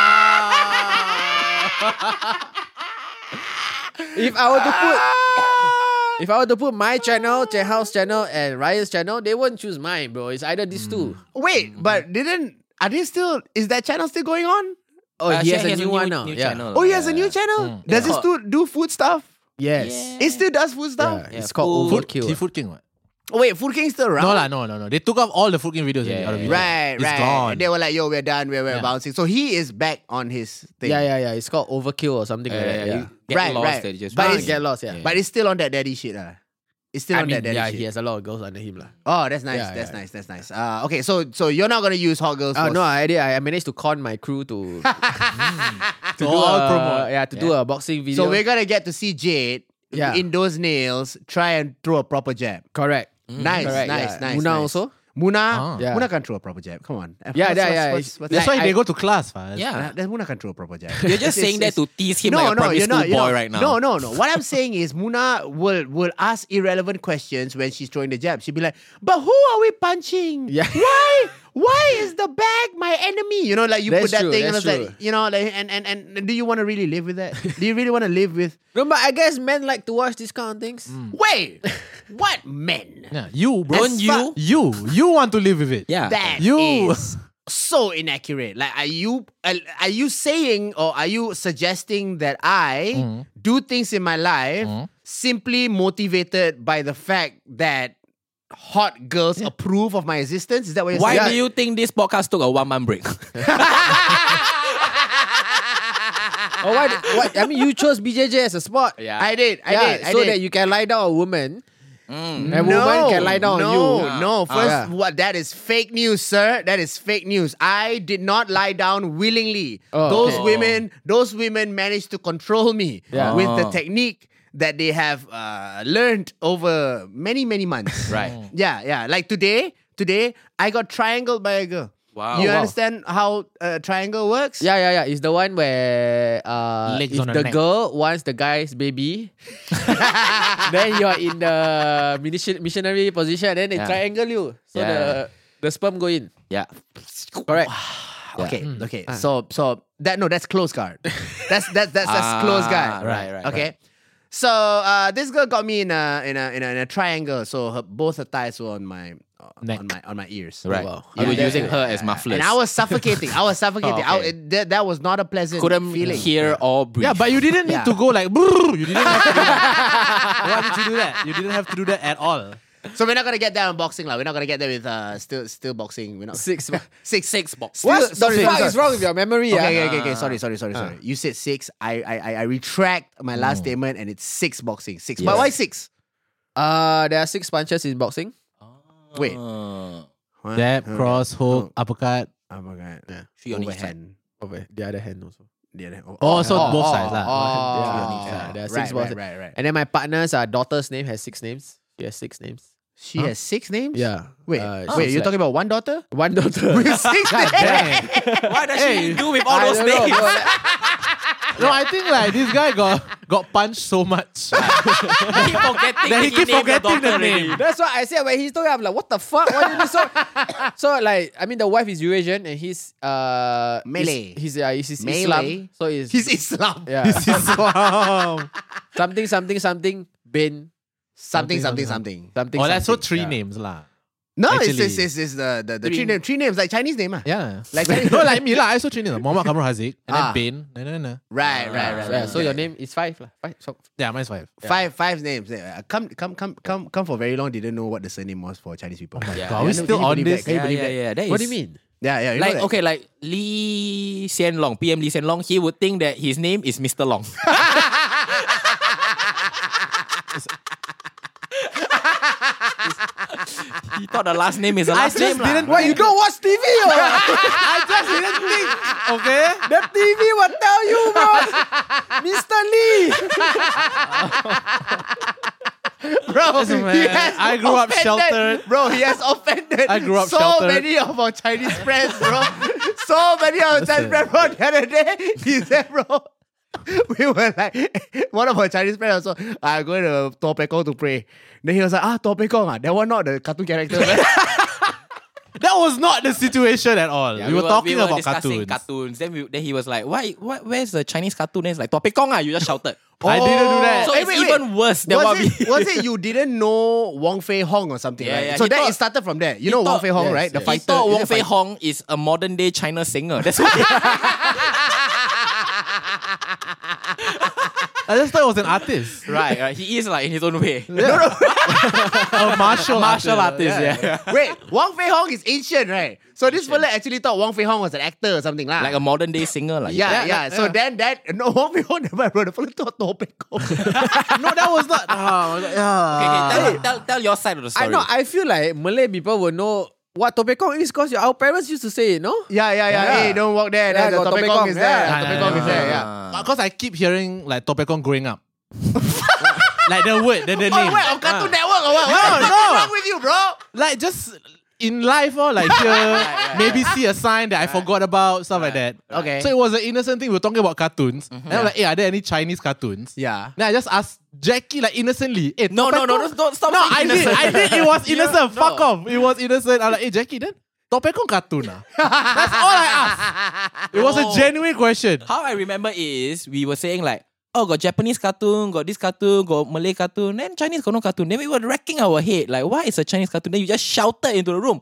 if I were to put if I were to put my channel, Chen Hao's channel, and Ryan's channel, they won't choose mine, bro. It's either these two. Wait, but didn't are they still? Is that channel still going on? Oh, Uh, he, Shah has a new, one now. new yeah. channel. Oh, he has a Yeah. new channel. Does it Yeah. still do food stuff? Yes. It still does food stuff. Yeah, It's called Food, Overkill. he ah. Food King what? Oh, wait, Food King's still around. No lah, no, no, no. They took off all the Food King videos. already out of YouTube. Right, It's right. gone. They were like, "Yo, we're done. We're, we're bouncing." So he is back on his thing. Yeah, yeah, yeah. It's called Overkill or something like that. Yeah. Get Right, lost right. that you just But But it's- find. get lost, yeah. But it's still on that daddy shit, uh. It's still I on mean, that daddy yeah, shit. he has a lot of girls under him, lah. Oh, that's nice. Yeah, that's yeah. nice. That's nice. Uh, okay, so so you're not gonna use hot girls. Oh for- no, I did. I I managed to con my crew to to do all a- promo. Yeah, to do a boxing video. So we're gonna get to see Jade Yeah. in those nails try and throw a proper jab. correct. Nice, Mm-hmm. Correct, nice, yeah. nice. Muna nice. also? Muna, Ah. Yeah. Muna can't throw a proper jab. Come on. Yeah, What's- yeah, what's- yeah. what's- It's- what's- That's Like, why I- they go to class, fast. Yeah. Nah, that Muna can't throw a proper jab. You're It's- just saying it's- that to tease him no, like a no, primary you're school not, boy you're not. right now. No, no, no. What I'm saying is Muna will will ask irrelevant questions when she's throwing the jab. She'll be like, "But who are we punching? Yeah. Why? Why is the bag my enemy? You know, like you That's put that true, thing and that's it's like, true. you know, like and and and do you want to really live with that? do you really want to live with? No, but I guess men like to watch these kind of things. Wait, what men? Yeah, you, bro. Don't you? You, you want to live with it. Yeah. That is You- so inaccurate. Like, are you are, are you saying or are you suggesting that I Mm-hmm. do things in my life simply motivated by the fact that hot girls approve of my existence? Is that what you're Why saying? do you think this podcast took a one month break? Or Oh, what, what? I mean, you chose BJJ as a sport. Yeah. I did. I yeah, did. I so did. that you can lie down a woman. A no, Mm-hmm. woman can lie down no, on you. No, Ah. First, Yeah. what that is fake news, sir. That is fake news. I did not lie down willingly. Oh, those okay. women, those women managed to control me Yeah. with the Oh. technique that they have uh, learned over many, many months. Mm. Right. Yeah, yeah. Like today, today I got triangled by a girl. Wow. You Oh, wow. understand how uh, triangle works? Yeah, yeah, yeah. It's the one where uh, Legs if on her the neck. girl wants the guy's baby, then you are in the mission, missionary position. Then they Yeah. triangle you, so Yeah. the the sperm go in. yeah. Correct. Okay, Mm, okay. So so that no, that's close guard. That's that's that's that's close guard. Ah, right, right, Okay. So uh, this girl got me in a in a in a, in a triangle. So her, both her thighs were on my uh, Neck. on my on my ears. Right. wow. You were Yeah, using yeah, her as mufflers. And I was suffocating. I was suffocating. I, okay. it, that, that was not a pleasant couldn't feeling. hear or breathe. Yeah, but you didn't need Yeah. to go like brrr. You didn't have to do that. Why did you do that? You didn't have to do that at all. So we're not gonna get that on boxing, like we're not gonna get there with uh still still boxing. We're not Six. What six six box. Still- the sorry, sorry, fuck is sorry. wrong with your memory? ah? Okay, okay, okay, okay. Sorry, sorry, sorry, Ah. sorry. You said six. I I I- I retract my Mm. last statement, and it's six boxing. Six. But Yes. why six? Uh, there are six punches in boxing. Wait. Ah. Dab, cross, hook, uppercut. Oh my god. Yeah. Three on each Overhand. Okay, the other hand also. The other- Oh, Oh, so oh, both oh, sides lah. oh, Yeah, oh, yeah, oh. there are Right, six boxing. Right, right, right. And then my partner's uh, daughter's name has six names. She has six names. She has six names? Yeah. Wait, Uh, wait, she's you're like- talking about one daughter? One daughter. six names. Why does she do with I all those don't know, names? bro. No, I think like this guy got got punched so much. he forgetting. Then he keep named forgetting the daughter name. already. That's why I said when he's talking, I'm like, what the fuck? Why you do so? so like, I mean, the wife is Eurasian and he's uh Malay. He's, he's, yeah, he's, he's Malay. Islam. So he's, He's Islam. yeah This is wow. something something something bin Something, something, something. Something. Oh, that's so something. three Yeah. names lah. No, it's, Actually- it's, it's, it's the, the, the Three- three, name, three names, like Chinese name. ah. Yeah. Like- no, like me lah. I also three names. Muhammad Kamrul Haziq and Ah. then Bane. Nah, nah, nah. Right, right, right. So, right, yeah, so yeah. your name is five lah. Five. So, Yeah, mine's five. Five five names. Yeah, Come come come come come for very long. Didn't know what the surname was for Chinese people. Yeah. God, are we Yeah, no, still can you on believe this? that? Can Yeah, believe yeah, yeah. That is, what do you mean? Yeah, yeah. you know Like that. okay, like Lee Hsien Long, PM Lee Hsien Long, he would think that his name is Mr. Long. he thought the last name is a last name. lah. What, you don't watch TV or? I just didn't think. Okay? The TV will tell you, bro. Mr. Lee. bro, he has I grew up offended- sheltered. Bro, he has offended I grew up so sheltered. many of our Chinese friends, bro. so many of our Listen. Chinese friends, bro. The other day, he said, bro. We were like, one of our Chinese friends also, I going to Tua Peh Kong to pray. Then he was like, ah, Tua Peh Kong, ah, that one not the cartoon character. man." That was not the situation at all. Yeah, we, were, talking we were about discussing cartoons. cartoons. Then, we, then he was like, "Why? What? Where's the Chinese cartoon?" Then it's like, "Topic Kong ah!" You just shouted. I didn't do that. So Eh, it's wait, wait. even worse than what was, we. it, was it you didn't know Wong Fei Hong or something, Yeah, right? yeah, so he that thought- it started from there. You know Wong thought- Fei Hong, yes, right? The yes. he fighter. is thought it Wong Fei fighter? Hong is a modern day China singer. That's why. I just thought it was an artist. right, right. He is like in his own way. A martial, Martial artist. artist, yeah. Wait, Wong Fei Hong is ancient, right? So this fella actually thought Wong Fei Hong was an actor or something, lah. Like a modern day singer. Like, yeah, yeah. So then that no Wong Fei Hong never wrote the fella thought Toh Pei Kong. No, that was not. Oh, yeah. Okay, okay, tell, tell, tell your side of the story. Uh, I know. I feel like Malay people will know what topekong is because our parents used to say it. No. yeah, yeah, yeah, Hey, don't walk there. Yeah, That's the got Toh Pei Kong is there. yeah. The Toh Pei Kong is there. Yeah. Because I keep hearing like Topekong growing up. like the word, the, the Oh, name. wait, on Cartoon Network or what? No, What the no. fuck is wrong with you, bro? Like just in life or like here, maybe see a sign that I forgot about, stuff like that. Okay. So it was an innocent thing. We were talking about cartoons. And I'm like, hey, are there any Chinese cartoons? Yeah. Then I just asked Jackie like innocently. Hey, No, no, no, Topekong- no, don't stop. No, saying I did. innocent. I did. It was innocent. no. Fuck off. It was innocent. I'm like, hey, Jackie, then Topekong cartoon ah? That's all I asked. It was Oh. a genuine question. How I remember is we were saying like, oh, got Japanese cartoon, got this cartoon, got Malay cartoon, then Chinese got no cartoon. Then we were racking our head like, why is a Chinese cartoon? Then you just shouted into the room,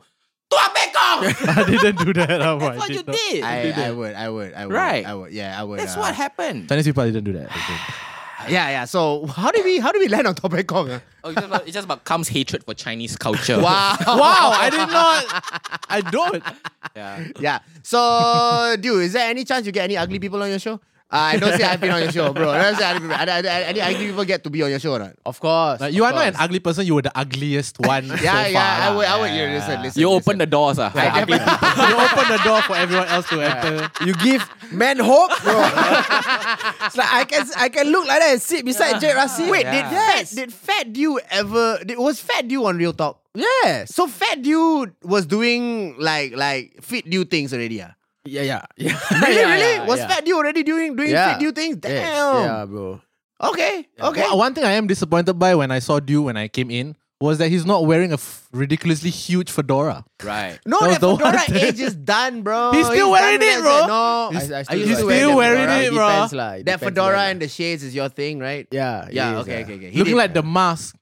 Tua Pekong! I didn't do that. That's That's what you did. I, I would, I would, I would, Right. I would, yeah, I would. That's uh, what happened. Chinese people didn't do that. Yeah, yeah. So how did we, how did we land on Toh Pei Kong? ah? Oh, it's, just about, it's just about comes hatred for Chinese culture. Wow. wow, I did not. I don't. Yeah. So, dude, is there any chance you get any ugly people on your show? Uh, I don't say I've been on your show, bro. I don't say I've been, I, I, I, any ugly people get to be on your show or not? Of course. Like, you are of not an course. ugly person. You were the ugliest one. so Yeah, far, yeah. I lah. would, I would. Yeah. You listen, listen. You listen. open the doors. ah. I Ugly. definitely- you open the door for everyone else to enter. You give men hope, bro. it's like I can I can look like that and sit beside Jade Rasi. Wait, did Fat Yes. did Fat Dude ever did, was Fat Dude on Real Talk? Yes. So Fat Dude was doing like like Fit Dude things already. ah? Yeah, Yeah, yeah, yeah. really, Yeah, really? yeah, was yeah. Fat Dude already doing doing Yeah. Fit Dude things? Damn. Yes, Yeah, bro. Okay, okay. One- One thing I am disappointed by when I saw Dew when I came in was that he's not wearing a f- ridiculously huge fedora. Right. No, That was that the one fedora thing. age is done, bro. He's still wearing done with it, that. bro. No, He's- I, I I still used to like wear that that fedora. wearing it, bro. Depends lah, it That depends fedora lah. and the shades is your thing, right? Yeah. it Yeah. is, okay, yeah. okay, okay. He Looking like did- the mask.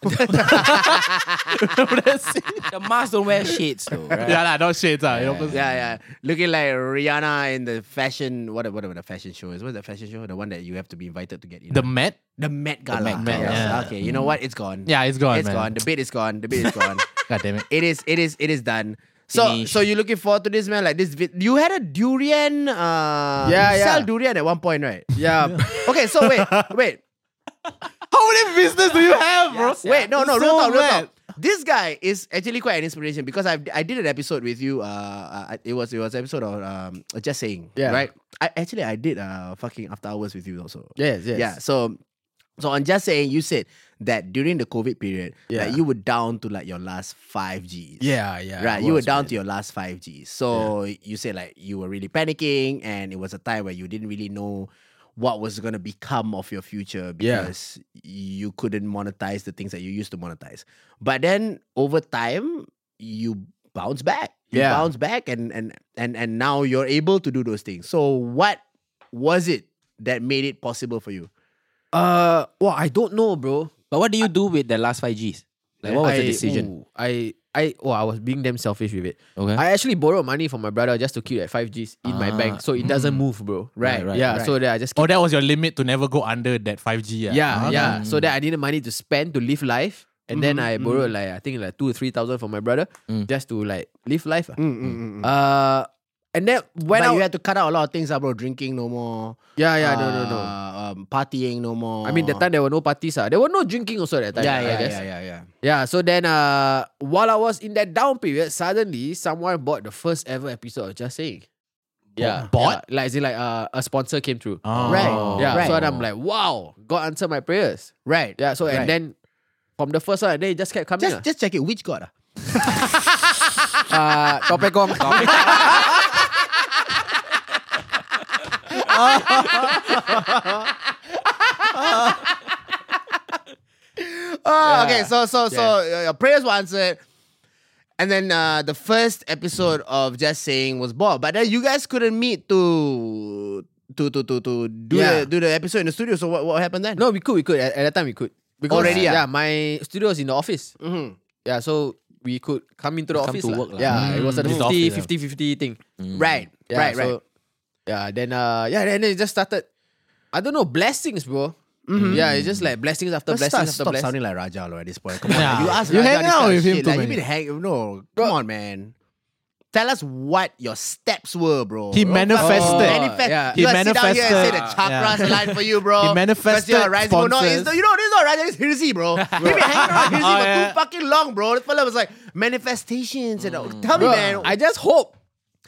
The mask don't wear shades though. Right? Yeah, lah, not shades. ah. You know, Yeah, yeah. Looking like Rihanna in the fashion, whatever, whatever the fashion show is. What's the fashion show? The one that you have to be invited to get in. The Met? the Met Gala. Met Gala. Yes. Yeah. Okay, you know what? It's gone. Yeah, it's gone. it's man. gone. The bid is gone. The bid is gone. God damn it. it is. It is. It is done. So, Finish. so you're looking forward to this, man? Like this, vid- you had a durian. Uh, Yeah, you yeah. Sell durian at one point, right? Yeah. Okay, so wait, wait, How many business do you have, bro? wait. No, no, It's real so talk, real bad. talk. This guy is actually quite an inspiration because I I did an episode with you. Uh, uh, it was it was an episode of um just saying. Yeah. Right. I actually I did uh fucking after hours with you also. yes, yes. Yeah. So so on just saying, you said that during the COVID period, Yeah. like, you were down to like your last five Gs. Yeah, yeah. Right, it you were was, down man. to your last five Gs. So you said like you were really panicking, and it was a time where you didn't really know what was going to become of your future Yeah. because you couldn't monetize the things that you used to monetize. But then over time, you bounce back. You Yeah. bounce back, and and and and now you're able to do those things. So what was it that made it possible for you? Uh, well, I don't know, bro. But what do you do with the last five Gs? Like, what was I- the decision? ooh, I I oh I was being damn selfish with it. Okay. I actually borrowed money from my brother just to keep that five Gs in my bank, so it doesn't move, bro. Right, right, yeah. right. So that I just keep, Oh, that was your limit to never go under that 5G. Ah. yeah, yeah. So that I needed money to spend to live life, and then I borrowed like I think like two or three thousand from my brother just to like live life. ah. Mm, Uh, and then when But I you had to cut out a lot of things, ah, bro. Drinking no more. yeah yeah no no no. Uh, um, partying no more. I mean that time there were no parties ah. There were no drinking also that time. Yeah, I yeah, guess. yeah, yeah, yeah. Yeah, so then uh while I was in that down period, suddenly someone bought the first ever episode of Just Saying. Yeah. bought? Yeah, like is it like uh, a sponsor came through. Oh. Right. Yeah. right. So then I'm like, wow, God answered my prayers. right. Yeah. So Right. and then from the first one, and then it just kept coming. Just, ah. just check it. Which god? ah? uh, Topeng Kong. Oh, okay. So, so, so uh, your prayers were answered, and then uh, the first episode of Just Saying was born. But then you guys couldn't meet to to to to to do Yeah. the, do the episode in the studio. So what, what happened then? no, we could, we could. At, at that time we could. Because, Already, ah? Mm-hmm. yeah, my studio was in the office. Yeah, so we could come into the Come office. to lah. work lah. Mm. Yeah, it was a It's 50, the office, yeah. 50, 50 thing. Right. Yeah, right. so- Right. Yeah, then uh yeah, then it just started. I don't know, blessings, bro. Yeah, it's just like blessings after Mm-hmm. Let's start, blessings after stop blessings. sounding like Raja lor, at this point. Come on, Yeah. man. you ask You Raja hang this out kind of with him shit, too, like, man. You been hang? No, come on, man. Tell us what your steps were, bro. He Don't manifested. fucking manifest. Yeah. You He gotta sit down here and say the manifested. chakras Yeah. aligned for you, bro. He Because you're a manifested rising- oh, No, it's, sponsors. you know, this is not Raja. It's Hirzi, bro. He been hanging around Hirzi Oh, for yeah. too fucking long, bro. The fella was like manifestations and all. Tell me, Bro, man. I just hope.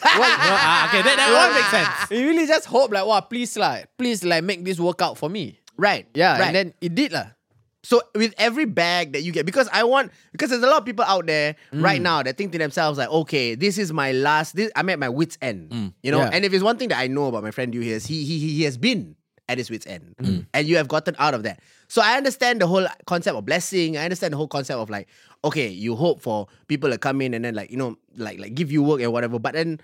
Ah, okay, that, that one makes sense. You really just hope like wow, please like please like make this work out for me. right. Yeah, Right. and then it did lah. So with every bag that you get, because I want, because there's a lot of people out there right now that think to themselves like, okay, this is my last. This I'm at my wits end. You know, Yeah. and if it's one thing that I know about my friend you here is he he he he has been at his wits end, and you have gotten out of that. So I understand the whole concept of blessing. I understand the whole concept of like, okay, you hope for people to come in and then like you know like like give you work and whatever, but then.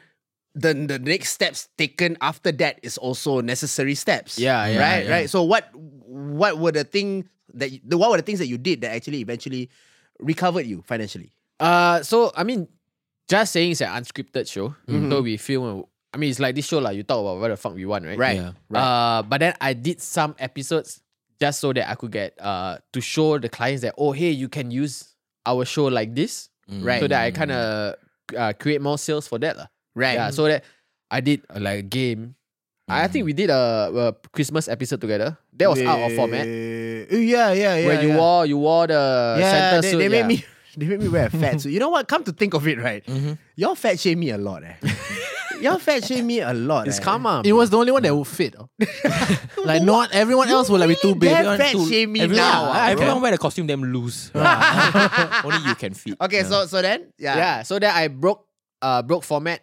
The, the next steps taken after that is also necessary steps. Yeah, yeah, Right, yeah. right. So what what were the thing that you, the what were the things that you did that actually eventually recovered you financially? Uh so I mean, just saying it's an unscripted show. Mm-hmm. So we film I mean it's like this show like you talk about what the fuck we want, right? Right. Yeah. Uh, but then I did some episodes just so that I could get uh to show the clients that oh hey you can use our show like this Right. so that I kind of uh, create more sales for that lah. Right. Yeah, so that I did uh, like a game. I think we did a, a Christmas episode together. That was out of format. Uh, yeah, yeah, yeah. where you yeah. wore you wore the yeah, center they, suit. they made yeah. me they made me wear a fat suit. You know what? Come to think of it, right? Y'all fat shame me a lot, eh? Y'all fat shame me a lot. It's eh. karma. It was the only one that would fit. oh. like not everyone else would like be too big. That Everyone fat too- shame me everyone, now. ah, ah, bro. everyone wear the costume them loose. Only you can fit. Okay, so so then yeah. yeah. So that I broke uh broke format,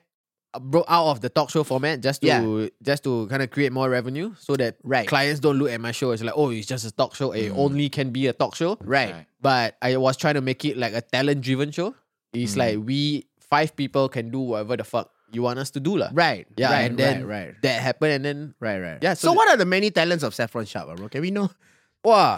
uh, broke out of the talk show format just to Yeah. just to kind of create more revenue so that Right. clients don't look at my show. It's like oh, it's just a talk show. It only can be a talk show. Right. But I was trying to make it like a talent driven show. It's like we five people can do whatever the fuck you want us to do lah. Right. Yeah. right, and then right, right. that happened, and then Right, right. Yeah, So, so the- what are the many talents of Saffron Sharp, ah, bro? Can we know? wow.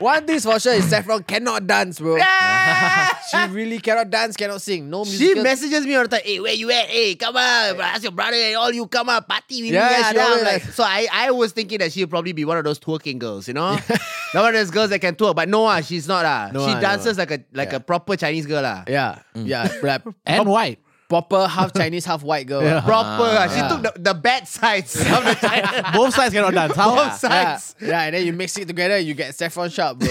One thing's for sure is Saffron cannot dance, bro. she really cannot dance, cannot sing. No She music. messages me all the time. Hey, where you at? Hey, come on, bro. Ask your brother and all you come up party with Yeah, me. she Then I'm always like, like- so I, I was thinking that she'd probably be one of those twerking girls, you know, not one of those girls that can twerk. But no, ah, she's not. Ah, No, she ah, no, dances like a like a proper Chinese girl. Ah. Yeah, yeah, like and white. proper half Chinese, half white girl. Yeah. Proper. ah. She yeah. took the, the bad sides of the China. Both sides cannot dance. How? Both Yeah, sides. yeah, and then you mix it together, you get saffron sharp, bro.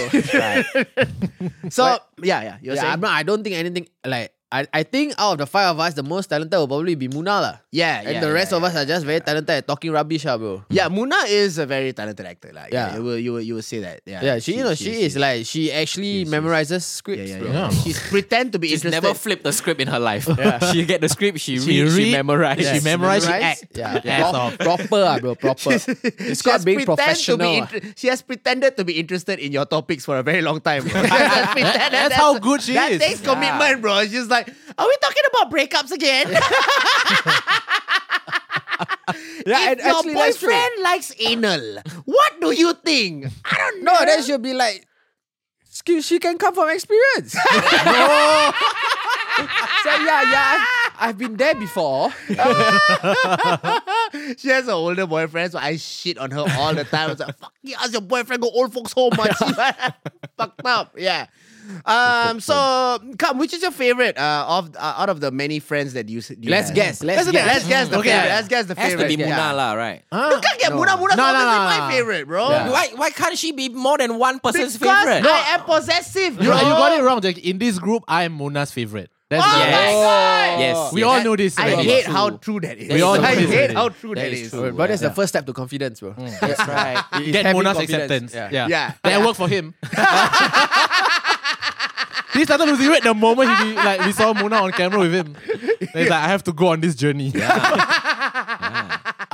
So yeah, yeah. You're yeah, saying I'm not, I don't think anything like I, I think out of the five of us, the most talented will probably be Muna lah. yeah, yeah. And the yeah, rest yeah. of us are just very talented at talking rubbish, ah, bro. Yeah, Muna is a very talented actor. Like, yeah, Yeah. you will you will you will say that. Yeah, Yeah, she, you know she, is like she actually memorizes scripts, Yeah, yeah, bro. yeah. She's pretend to be She's interested. never flipped a script in her life. she get the script, she read, She she, read, memorize. she Yes. memorized, she Memorize? act. Yeah, Ass pro- off. proper, ah, bro, proper. It's She called has being pretend to professional. be ah. inter- she has pretended to be interested in your topics for a very long time. bro. She has pretended that- That's how good she that is. takes commitment, bro. She's like, are we talking about breakups again? Yeah, if and your actually that's true. boyfriend likes anal, what do you think? I don't know. No, then she'll be like, "Excuse- she can come from experience. So, yeah, yeah. I've, I've been there before. She has an older boyfriend, so I shit on her all the time. It's like, fuck you, ask your boyfriend go old folks home, man. She fucked up, yeah. Um, so come, which is your favorite uh, of uh, out of the many friends that you? s- you Let's have? guess, let's That's the thing, guess. Let's guess the Okay. favorite. Let's guess the Has favorite. to be yeah. Ah. Muna lah, right? You can't get Muna. Muna's No, no, obviously no, my no. favorite, bro. Yeah. Why, why can't she be more than one person's Because favorite? I am possessive, bro. You, you got it wrong, Jack. In this group, I'm Muna's favorite. That's Oh the- my Yes. god! yes. Ah. We all know this. I already. hate how true that is. We all I know this hate already. how true That that is is. true. But that's the first step to confidence, bro. That's right. get having Mona's confidence. acceptance. Yeah. Yeah. Yeah. Then I work for him. he started losing weight the moment he like we saw Mona on camera with him. Then he's like, I have to go on this journey. No,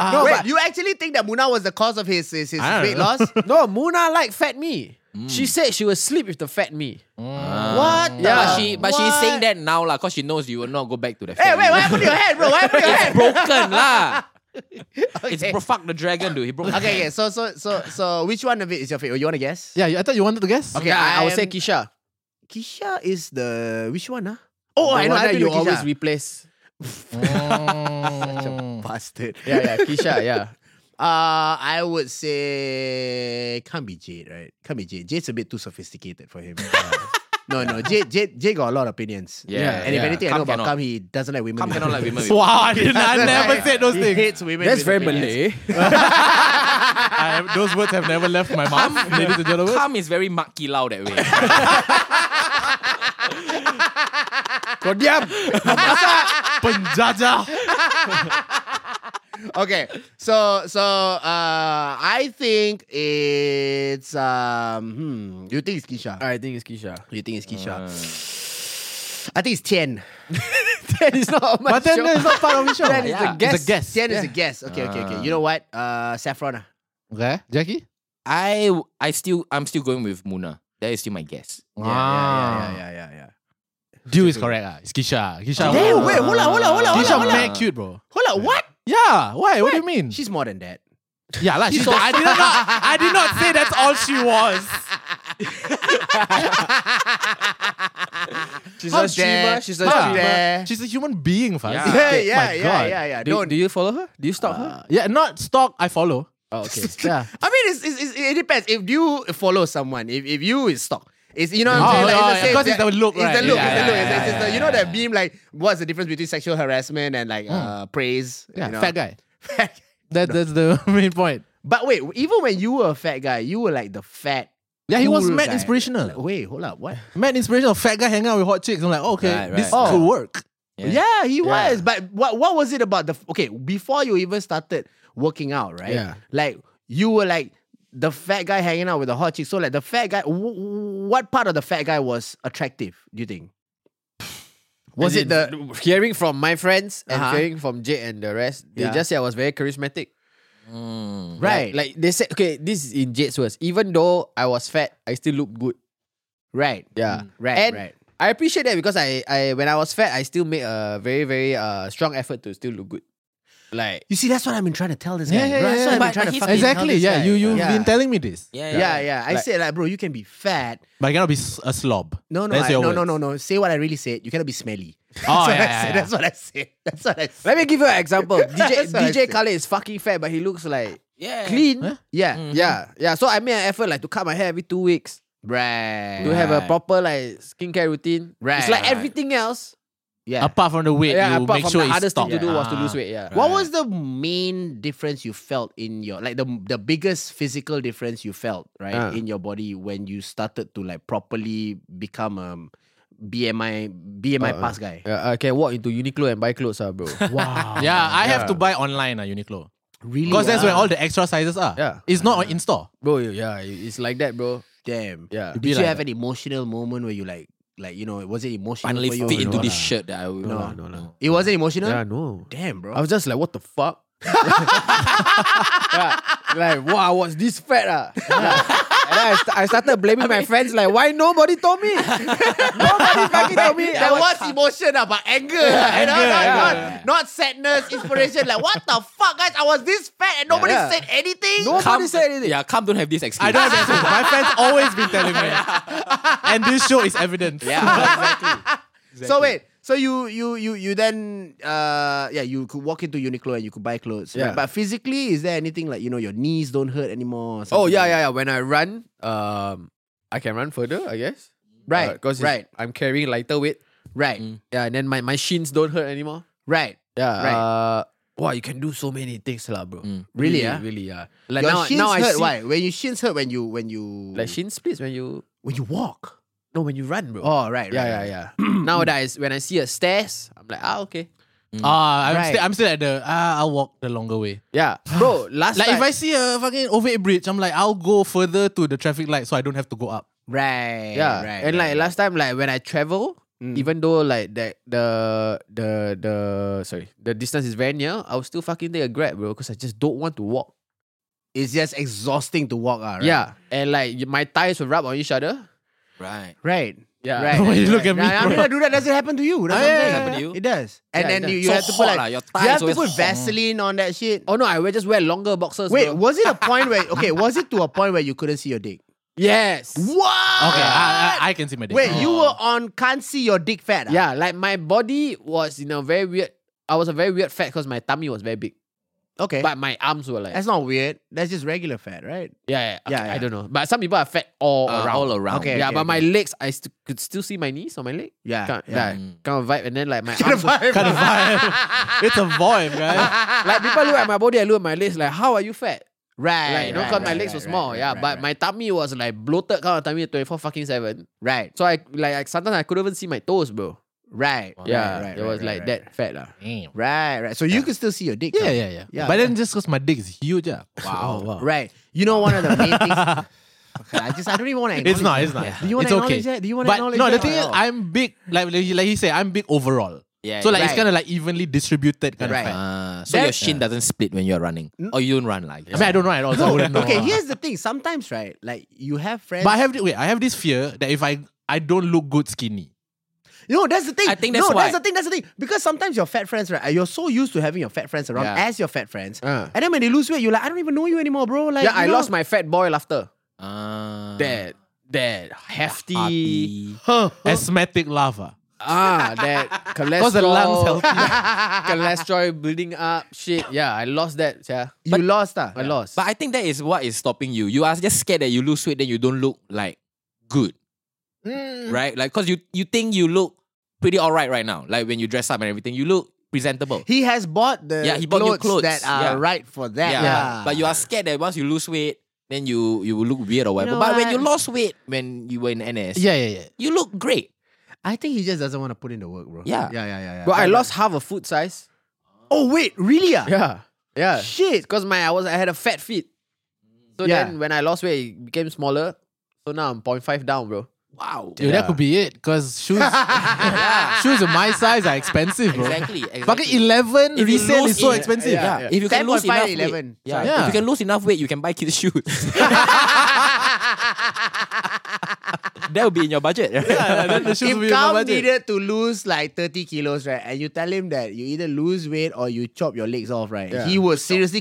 Uh, Wait, you actually think that Muna was the cause of his his, his I don't weight know. loss? No, Muna liked fat me. She said she would sleep with the fat me. Uh, What? the- But she but she's what? saying that now lah, cause she knows you will not go back to the. Hey, family. wait, what happened to your head, bro? What happened to your head? broken lah. It's Okay. bro, fuck the dragon, dude. He broke. Okay, yeah. So, so, so, so, which one of it is your favorite? You want to guess? Yeah, I thought you wanted to guess. Okay, Yeah, I, would am- say Kisha. Kisha is the which one? Huh? Oh, the I know. one I've that been you to Kisha. always replace. Mm. bastard. Yeah, yeah, Kisha, yeah. Uh, I would say can't be Jade, right? Can't be Jade. Jade's a bit too sophisticated for him. no, no. Jade, Jade, Jade got a lot of opinions. Yeah, And if yeah. anything, I Kam know about cannot. Kam, he doesn't like women. Come with cannot like opinions. women. with- Wow, I, didn't, I Doesn't never like- said those he things. hates women. That's with very opinions. Malay. I have, those words have never left my mouth, ladies and gentlemen. Come is very Mak Kilau that way. Kau diam. Penjaja. okay. So so uh I think it's um hmm, you think it's Kisha. I think it's Kisha. You think it's Kisha. Uh, I think it's Tien. That is not my But then show. that's not part of the show. That is the guess. It's a guess. Tien is a guess. Okay, okay, okay. You know what? Uh Saffron. ah. Okay, Jackie? I I still I'm still going with Muna. That is still my guess. Yeah, Yeah, yeah, yeah, yeah, yeah, Dew is correct. Ah, It's Kisha. Kisha. yeah. Damn, wait, Ah. hold on, hold on, hold on, hold Kisha on, hold on. mad cute, bro. Hold on, what? Yeah, why? What, do you mean? She's more than that. yeah, like she's. I did not. I did not say that's all she was. She's How a dare- streamer. She's a how streamer. dare. She's a human being, fast. Yeah. Yeah, yeah, yeah, yeah, yeah. Do, Don't. do you follow her? Do you stalk Uh, her? yeah, not stalk. I follow. Oh, okay. Yeah. I mean, it's, it's, it's, it depends. If you follow someone, if, if you is stock, it's you know what Oh, I'm saying. yeah, Like, it's the yeah, same- because it's the look, It's right? the look. Yeah, it's the look. yeah, it's, it's, yeah, Hmm. the, you know that meme like what's the difference between sexual harassment and like uh, praise? Yeah, you know? fat guy. That, That's the main point. But wait, even when you were a fat guy, you were like the fat. Yeah, he was cool mad guy. inspirational. Like, wait, hold up, what? Mad inspirational. Fat guy hanging out with hot chicks. I'm like, oh, okay, Right, this right, could right. work. Yeah, he was. But what what was it about the okay before you even started working out, right? Yeah. Like you were like the fat guy hanging out with the hot chick. So like the fat guy, w- what part of the fat guy was attractive? Do you think? Was it the hearing from my friends and Uh-huh. hearing from Jay and the rest? They Yeah. just said I was very charismatic. Mm. right? Like, Like, like they said, okay, this is in Jade's words. Even though I was fat, I still looked good. right? Yeah. Right, And right. I appreciate that because I, I when I was fat, I still made a very, very uh strong effort to still look good. Like You see, that's what I've been trying to tell this Yeah, guy. yeah, bro. yeah, That's what yeah. I've But- been trying but to he's fucking tell Exactly. this Yeah, guy. you you've yeah. been telling me this, Yeah, Yeah, yeah. I said, like, bro, you can be fat. but I cannot be s- a slob. No, no, That's I, your no, no, words. no, no. Say what I really said. You cannot be smelly. That's Oh, what yeah, I yeah, said. yeah. That's what I said. That's what I said. let me give you an example. DJ That's what I DJ said. Khaled is fucking fat, but he looks like Yeah. clean. Huh? Yeah. Yeah, yeah. So I made an effort like to cut my hair every two weeks Right. to have a Right. proper like skincare routine. Right, It's like right. everything else. yeah. Apart from the weight, yeah, you apart make from sure the it's hardest stopped. thing to do was to Ah. lose weight. Yeah. What was the main difference you felt in your like the the biggest physical difference you felt right Ah. in your body when you started to like properly become um BMI Uh-uh. BMI pass guy? Yeah, I can walk into Uniqlo and buy clothes, uh, bro. Wow. Yeah, I have to buy online at Uniqlo Really? because that's ah. where all the extra sizes are. Yeah. it's not in store. bro, yeah, it's like that, bro. damn. Yeah. Did be you like have an emotional moment where you like like you know was it emotional? Finally for you? fit into No this lah. shirt that I will. No, No, no, It wasn't emotional. Yeah, no. Damn, bro. I was just like, what the fuck? Yeah, Like, wow, what's this fat? Ah? Yeah. And I, st- I started blaming my friends like, why nobody told me? nobody fucking told me. There I was- was emotion ah, but anger. anger not, not, not sadness, inspiration. Like, what the fuck, guys? I was this fat and nobody Yeah. said anything. nobody said anything. Yeah, come don't have this excuse. I don't have that. My friends always been telling me. And this show is evidence. So wait, so you you you you then uh yeah, you could walk into Uniqlo and you could buy clothes. right? Yeah. But physically, is there anything like you know your knees don't hurt anymore? or Oh something yeah, like yeah, yeah. When I run, um, I can run further, I guess. Right, because right. I'm carrying lighter weight. Right, Yeah, and then my, my shins don't hurt anymore. right. Yeah. Right. Uh, wow, you can do so many things, lah, bro. Really, really, ah? really, yeah. Like your now, shins now I hurt. see, Why? When your shins hurt when you when you Like shin splits when you when you walk. no when you run, bro. Oh right, right. yeah, right. yeah, yeah. Nowadays, when I see a stairs, I'm like, ah, okay. Ah, I'm, Right. still, I'm still at the, ah, I'll walk the longer way. Yeah, bro. Last Like, time, if I see a fucking overhead bridge, I'm like, I'll go further to the traffic light so I don't have to go up. Right. yeah, Right. and right. Mm. like last time, like when I travel, even though like that the the the sorry the distance is very near, I will still fucking take a grab, bro, because I just don't want to walk. it's just exhausting to walk, ah, right? Yeah, and like y- my thighs will rub on each other. Right. Right. Yeah, Right. Why you look at me, Nah, I mean, bro? I do that. Does it happen to you? That's Ah, what I'm yeah, saying. yeah, happen to you? It does. And Yeah, it then you, does. you So have to put hot like lah, your you have thighs to always put hot. Vaseline on that shit. Oh no, I will just wear longer boxers. Wait, bro. was it a point where okay, was it to a point where you couldn't see your dick? Yes. What? Okay, I, I, I can see my dick. Ah. Wait, you were on can't see your dick fat. ah? Oh. Yeah, like my body was in a very weird. I was a very weird fat because my tummy was very big, Okay. but my arms were like Eh? that's not weird. That's just regular fat, right? yeah, yeah, okay, Yeah, yeah. I don't know, but some people are fat all Uh, around. all around. Okay. yeah, but my legs, I st- could still see my knees on my leg. Yeah, kind, yeah. like, kind of vibe, and then like my Kind arms. of vibe. Kind of vibe. it's a vibe, guys. like people look at my body, I look at my legs. Like, how are you fat? Right. Like, you know, right, cause my right, legs were right, small. right, yeah, right, but right. my tummy was like bloated kind of tummy, twenty four fucking seven. right, So I like I, sometimes I couldn't even see my toes, bro. right, yeah, right, right, it was right, like right, that fat lah. Right, right. So you could still see your dick. Yeah, though. yeah, yeah. Yeah, but yeah. then just because my dick is huge, yeah. Oh, Wow, wow. Right. You know, one of the main things. Okay, I just I don't even want to. It's not. It's not. Do you wanna it's okay. acknowledge that? Do you wanna But acknowledge no, the that thing or is, no? I'm big. Like like he- like he said, I'm big overall. Yeah. So like it's Right. kind of like evenly distributed kind Right. of fact. Uh, so your That- shin doesn't split when you're running, or you don't run like. I mean, I don't know at all. so I wouldn't know. Okay, here's the thing. Sometimes, right, like you have friends. But I have thi- wait. I have this fear that if I I don't look good skinny. No, that's the thing. I think that's no, that's the why. thing. That's the thing. Because sometimes your fat friends, right? You're so used to having your fat friends around Yeah. as your fat friends, Uh. and then when they lose weight, you're like, I don't even know you anymore, bro. Like, yeah, you I know- lost my fat boy laughter. Uh, That that hefty Party. Asthmatic lava. ah that cholesterol. Because the lungs healthy. cholesterol building up. Shit. Yeah, I lost that. Yeah, You lost, ah. I lost. But I think that is what is stopping you. You are just scared that you lose weight, then you don't look like good, right? Like because you you think you look pretty alright right now. Like when you dress up and everything, you look presentable. He has bought the Yeah, he bought new clothes. that are Yeah. right for that. yeah. Yeah, But you are scared that once you lose weight, then you you will look weird or whatever. know but when what? you lost weight when you were in NS, Yeah, yeah, yeah. you look great. I think he just doesn't want to put in the work, bro. Yeah. yeah, yeah, yeah. yeah. Bro, I lost half a foot size. Oh wait, really? Ah, Yeah, yeah. shit. Because my I was I had a fat feet. So Yeah. then when I lost weight, it became smaller. So now I'm 0.5 down, bro. Wow. Dude, that could be it. Because shoes, shoes of my size are expensive, bro. Exactly. exactly. Fucking eleven If you resale lose is so it- expensive. Yeah. If you can lose 10.5, enough 11. weight, yeah. Yeah. If you can lose enough weight, you can buy kids shoes. that will be in your budget. Right? Yeah, then the shoes will be If in my Kam budget. needed to lose like 30 kilos, right, and you tell him that you either lose weight or you chop your legs off, right, he would seriously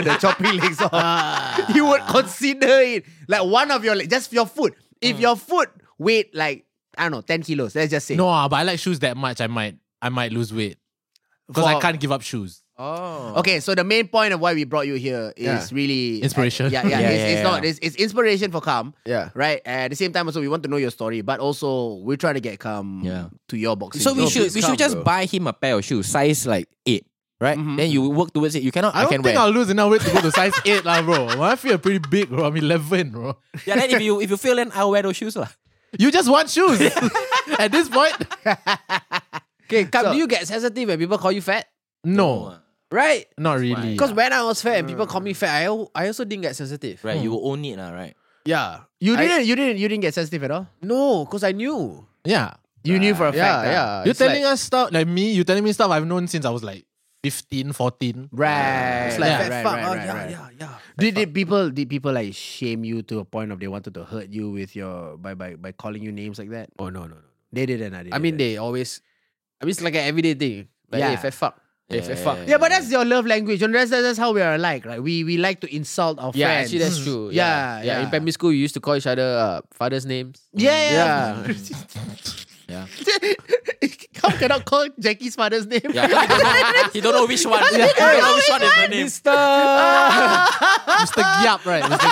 the chopping legs Ah. off. he would consider it. Like one of your legs, just your foot. If Mm. your foot weight like, I don't know, 10 kilos, let's just say. No, ah, but I like shoes that much. I might, I might lose weight because I For- can't give up shoes. Oh. Okay, so the main point of why we brought you here is really uh, Inspiration. yeah, yeah, Yeah, it's, yeah, it's yeah. not it's, it's inspiration for Kam. Yeah. Right. At the same time, also we want to know your story, but also we're trying to get Kam Yeah. to your boxing. So we gym. should we come, should just bro. buy him a pair of shoes, size like eight, right? Then you work towards it. You cannot. I I, don't can think wear. I'll lose enough weight to go to size eight, lah, bro. I feel pretty big, bro. I'm eleven, bro. Yeah. Then if you if you fail, then I'll wear those shoes lah. You just want shoes at this point. Okay, come, do you get sensitive when people call you fat? No, Right? Mm. not really. Because when I was fat and people call me fat, I, al- I also didn't get sensitive. Right. You own it lah. Right. Yeah. you I- didn't you didn't you didn't get sensitive at all? No, because I knew. yeah, You knew for a yeah, fact. ah? yeah. you're Uh, It's like- telling us stuff like me. You're telling me stuff I've known since I was like 15, 14. Right. It's like right, fat right, fuck. right, Oh, oh, ah, right, yeah, right. yeah, yeah. Did, did people did people like shame you to a point of they wanted to hurt you with your by by, by calling you names like that? Oh no, no, no. They didn't. ah, They I mean, didn't. they always. I mean, it's like an everyday thing. Like, Yeah. yeah. hey, fat fuck. Hey, fat fuck. Yeah, but that's your love language, and that's that's how we are alike, right? We we like to insult our Yeah, friends. Mm. actually, that's true. Yeah, yeah. yeah. In primary school, we used to call each other uh, father's names. yeah, yeah. Yeah. How cannot call Jackie's father's name? Yeah, he don't know, he don't know which one. He don't know which one is the name. Mr. Giap, right? Mr.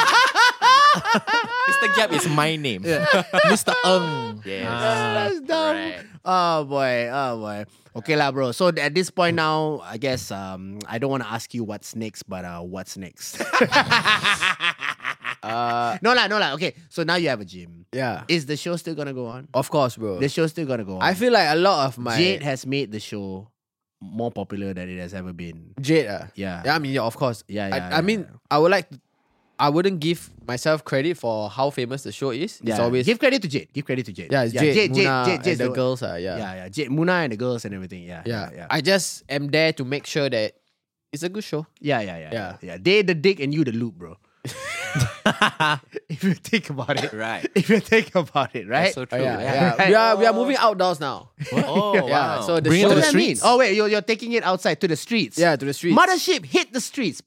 Mr. Gap is my name. Mr. Ng. Ah. That's Uh, dumb. Oh boy, oh boy. Okay lah, bro. So at this point now, I guess um I don't want to ask you what's next, but uh what's next? no lah, no lah. Okay, so now you have a gym. Uh, Yeah. Is the show still gonna go on? Of course, bro. The show's still gonna go on. I feel like a lot of my Jade has made the show more popular than it has ever been. Jade, ah. Yeah. Yeah, I mean, yeah, of course. Yeah, I, yeah, I mean, I would like, I wouldn't give myself credit for how famous the show is. Yeah. It's always give credit to Jade. Give credit to Jade. yeah, it's Jade, Jade, Muna, Jade, Jade, Jade's and the one- girls, ah, yeah. yeah, Yeah, yeah. Jade, Muna and the girls and everything. Yeah, yeah, yeah. I just am there to make sure that it's a good show. Yeah, yeah, yeah, yeah. Yeah. yeah. They the dick and you the loop, bro. if you think about it, Right. If you think about it, right? That's so true. Yeah. yeah, yeah. we are we are moving outdoors now. Oh, Yeah, wow. so the Bring it to show what the does is- that mean? streets. Oh wait, you're, you're taking it outside to the streets. yeah to the streets, Mothership hit the streets.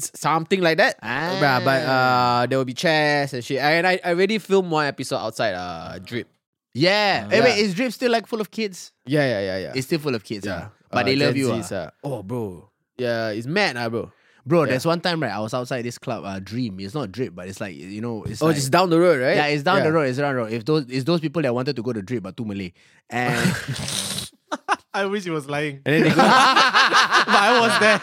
something like that. Ah. Yeah, but uh, there will be chairs and shit. And I, I already filmed one episode outside uh drip. Yeah. Eh, wait, Yeah. is Drip still like full of kids? Yeah, yeah, yeah, yeah. It's still full of kids. Yeah. yeah. But Uh, they love Gen you. Zs, ah. ah. Oh, bro. Yeah, it's mad, ah, bro. Bro, there's one time right, I was outside this club, uh, Dream. It's not Drip, but it's like you know, it's Oh, like, it's down the road, right? Yeah, it's down the road. It's down the road. If those, it's those people that wanted to go to drip but too Malay, and I wish he was lying. And then they go, but I was there.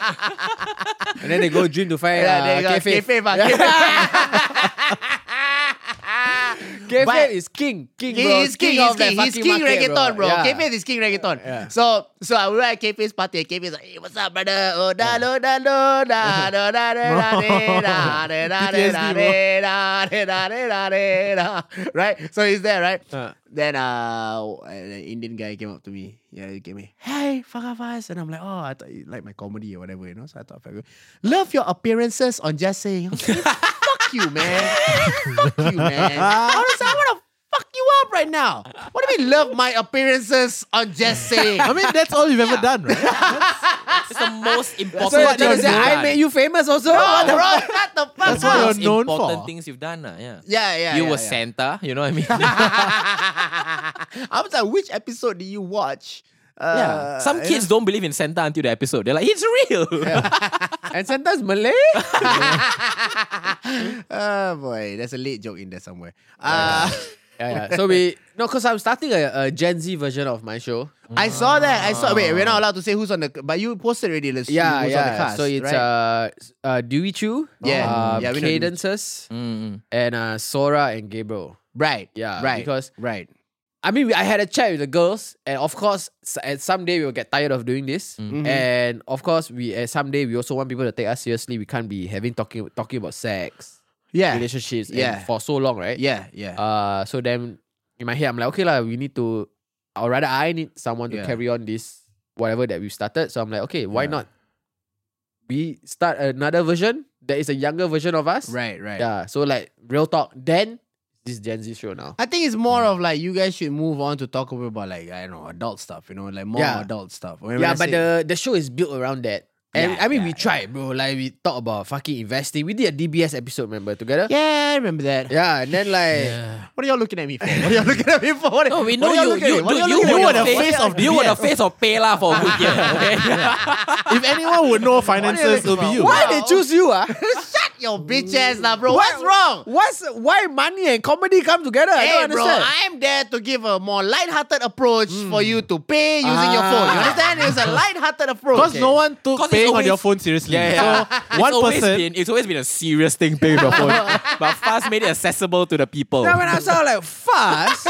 and then they go dream to find Yeah, there you go. uh, K-Faith. K-Faith, ah, K-Faith. K-Faith But- is king, king, He bro. is king, he's of that king, he's fucking king market, reggaeton, bro. Yeah. K-Faith is king reggaeton. So, so I were at K-Faith's party, and K-Faith's like, hey, what's up, brother? Oh, da, lo, da, lo, da, do, da, da, da, de, da, de, da, de, da, de, da, de, da, de, da, de, da. Right? So he's there, right? Then uh, an Indian guy came up to me. Yeah, he came in. Hey, Fagafas. And I'm like, oh, I thought you like my comedy or whatever, you know? So I thought, Fagafas. Love your appearances on Just Saying. Okay, fuck you, man. fuck you, man. Honestly, I want to fuck you up right now. What do you mean, love my appearances on Just Saying? I mean, that's all you've ever done, right? It's the most important So what thing that is you've that I done. made you famous also. what the fuck? What the fuck? That's what Most you're known important for. things you've done. ah, yeah. Yeah, yeah. You yeah, were yeah. Santa, you know what I mean? I was like, which episode did you watch? Uh, yeah. Some kids don't believe in Santa until the episode. They're like, it's real. and sometimes Malay. Oh boy, there's a late joke in there somewhere. Uh, yeah, yeah. So we no, cause I'm starting a, a Gen Z version of my show. I saw that. I saw. Wait, we're not allowed to say who's on the. But you posted already. Let's see Yeah, who's on the yeah. cast. so it's right? uh, s- uh Dewey Chu, Yeah. uh, Yeah, we know Dewey Chu. Cadences, Mm, mm. and uh Sora and Gabriel. right. yeah, Right. because- right. I mean, we, I had a chat with the girls, and of course, s- and someday we will get tired of doing this. Mm-hmm. And of course, we and someday we also want people to take us seriously. We can't be having talking talking about sex, Yeah. relationships, Yeah. and for so long, right? Yeah. Yeah. Uh, so then in my head, I'm like, okay lah, we need to, or rather, I need someone to Yeah. carry on this whatever that we started. So I'm like, okay, why not? We start another version that is a younger version of us. right. Right. Yeah. So like real talk. Then this Gen Z show now. I think it's more of like you guys should move on to talk about like I don't know adult stuff, you know, like more Yeah. adult stuff. When I yeah, but say- the the show is built around that. And Yeah, I mean, yeah, we tried, bro. Like we talked about fucking investing. We did a DBS episode, remember, together. yeah, I remember that. Yeah, and then like What are y'all looking at me for? What are y'all looking at me for? What, No, we what know are y'all you. looking at me? You, What dude, are you, y'all looking were at me for? the What face are y'all- of you were the face of Payla for a good year. Okay? If anyone would know finances, it'll be you. why they choose you, ah? Shut your bitch ass lah, bro. What's wrong? What's why money and comedy come together? I Hey, don't bro, understand. I'm there to give a more light-hearted approach for you to pay using your phone. You understand? It's a light-hearted approach. Because no one took 'Cause paying it's on always- your phone seriously. Yeah, yeah. So one it's always person. Been, it's always been a serious thing paying your phone. but Fast made it accessible to the people. Then when I saw like fast,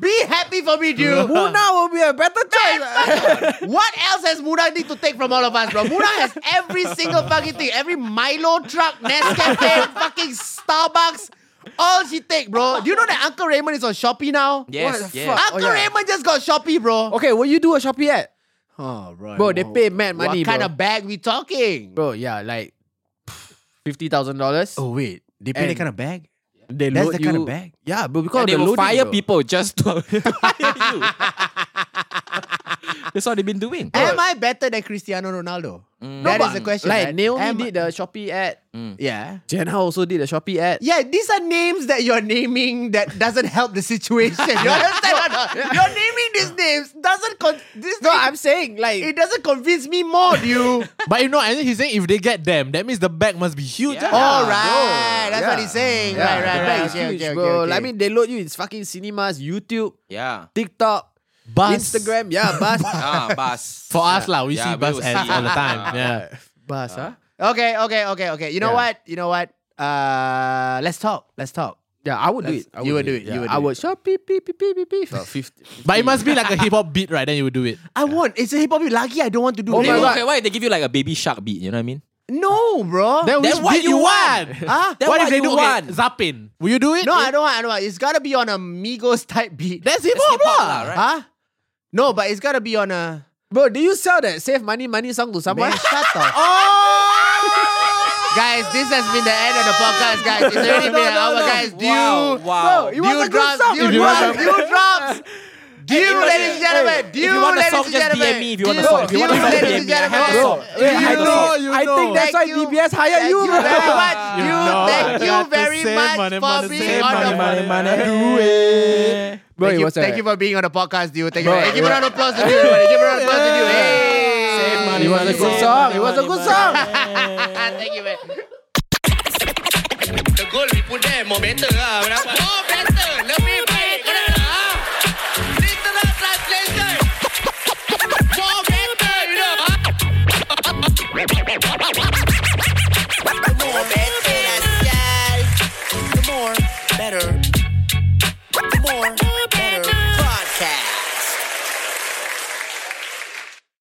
Be happy for me, dude. Muna will be a better choice. What else has Muna need to take from all of us, bro? Muna has every single fucking thing. Every Milo truck, Nescafe, fucking Starbucks. All she take, bro. Do you know that Uncle Raymond is on Shopee now? yes, What the yes. fuck? Uncle Oh, yeah. Raymond just got Shopee, bro. okay, what you do a Shopee at? Oh, bro. Bro, they Wha- pay mad money, What kind bro. of bag we talking? Bro, yeah, like fifty thousand dollars. Oh, wait. They pay And- that kind of bag? They That's load the kind you- of bag? Yeah, bro, because And they Oh, will the loading, fire bro. people just to hire you. That's what they've been doing. Am I better than Cristiano Ronaldo? Mm. That No, is but the question. Like right? Naomi Am- did the Shopee ad. Yeah. Jenna also did the Shopee ad. Yeah, these are names that you're naming that doesn't help the situation. You understand or not? You're naming these names doesn't con- this No, name- I'm saying like it doesn't convince me more, do you? But you know, and then he's saying if they get them, that means the bag must be huge. Yeah. ah. All right, that's what Yeah. he's saying. Yeah, Right, the right, bag right. is Okay, huge, okay, bro. okay, I okay. mean, they load you in fucking cinemas, YouTube, Yeah. TikTok, Bus. Instagram, yeah, bus, Ah, bus. For us, lah, we Yeah, see we bus will ads see. all the time. Yeah. bus, huh? Okay, okay, okay, okay. You know Yeah. what? You know what? Uh, let's talk. Let's talk. Yeah, I would That's- do it. I you would do it, you Yeah, would I do would shop beep beep beep beep beep beep. for 50. But it must be like a hip hop beat, right? Then you would do it. I won't. It's a hip hop. beat. Lucky I don't want to do. Oh it. my God. Okay, why they give you like a baby shark beat? You know what I mean? No, bro. Then Then which what beat you you want? want? Huh? Then what what if they you do want? okay, Zappin? Will you do it? no, I don't want. I don't want. It's gotta be on a Migos type beat. That's hip hop, hip-hop lah. lah, right? huh? No, but it's gotta be on a. Bro, do you sell that save money money song to someone? Man, shut the. oh! Guys, this has been the end of the podcast, guys. It's already No, been an no, hour, no. guys. Do Wow, you? wow. It was a drops, Dew If you want drops, dew drops. Dew, ladies and gentlemen. Dew, you want a ladies song, and just gentlemen. DM me if you want a Dew, song. If you want a dew, song, ladies DM and me. I have a gentlemen. song. Wait, You I know, know, you I think know. that's why Thank you. DBS hire Thank you, you bro. very much. You You, know. thank you Have to very save much money, for money, being save on the money, money, money. Do it. Bro, thank it you, was thank a- you for being on the podcast, dude. Thank you. Bro, Hey, it give was- an applause to you, everybody. Give an applause to you. Hey. Save money, It was a money, good save song. money, It was a money, good money. song. Thank you, man. The goal we put there more better ah, berapa? More better, lebih baik.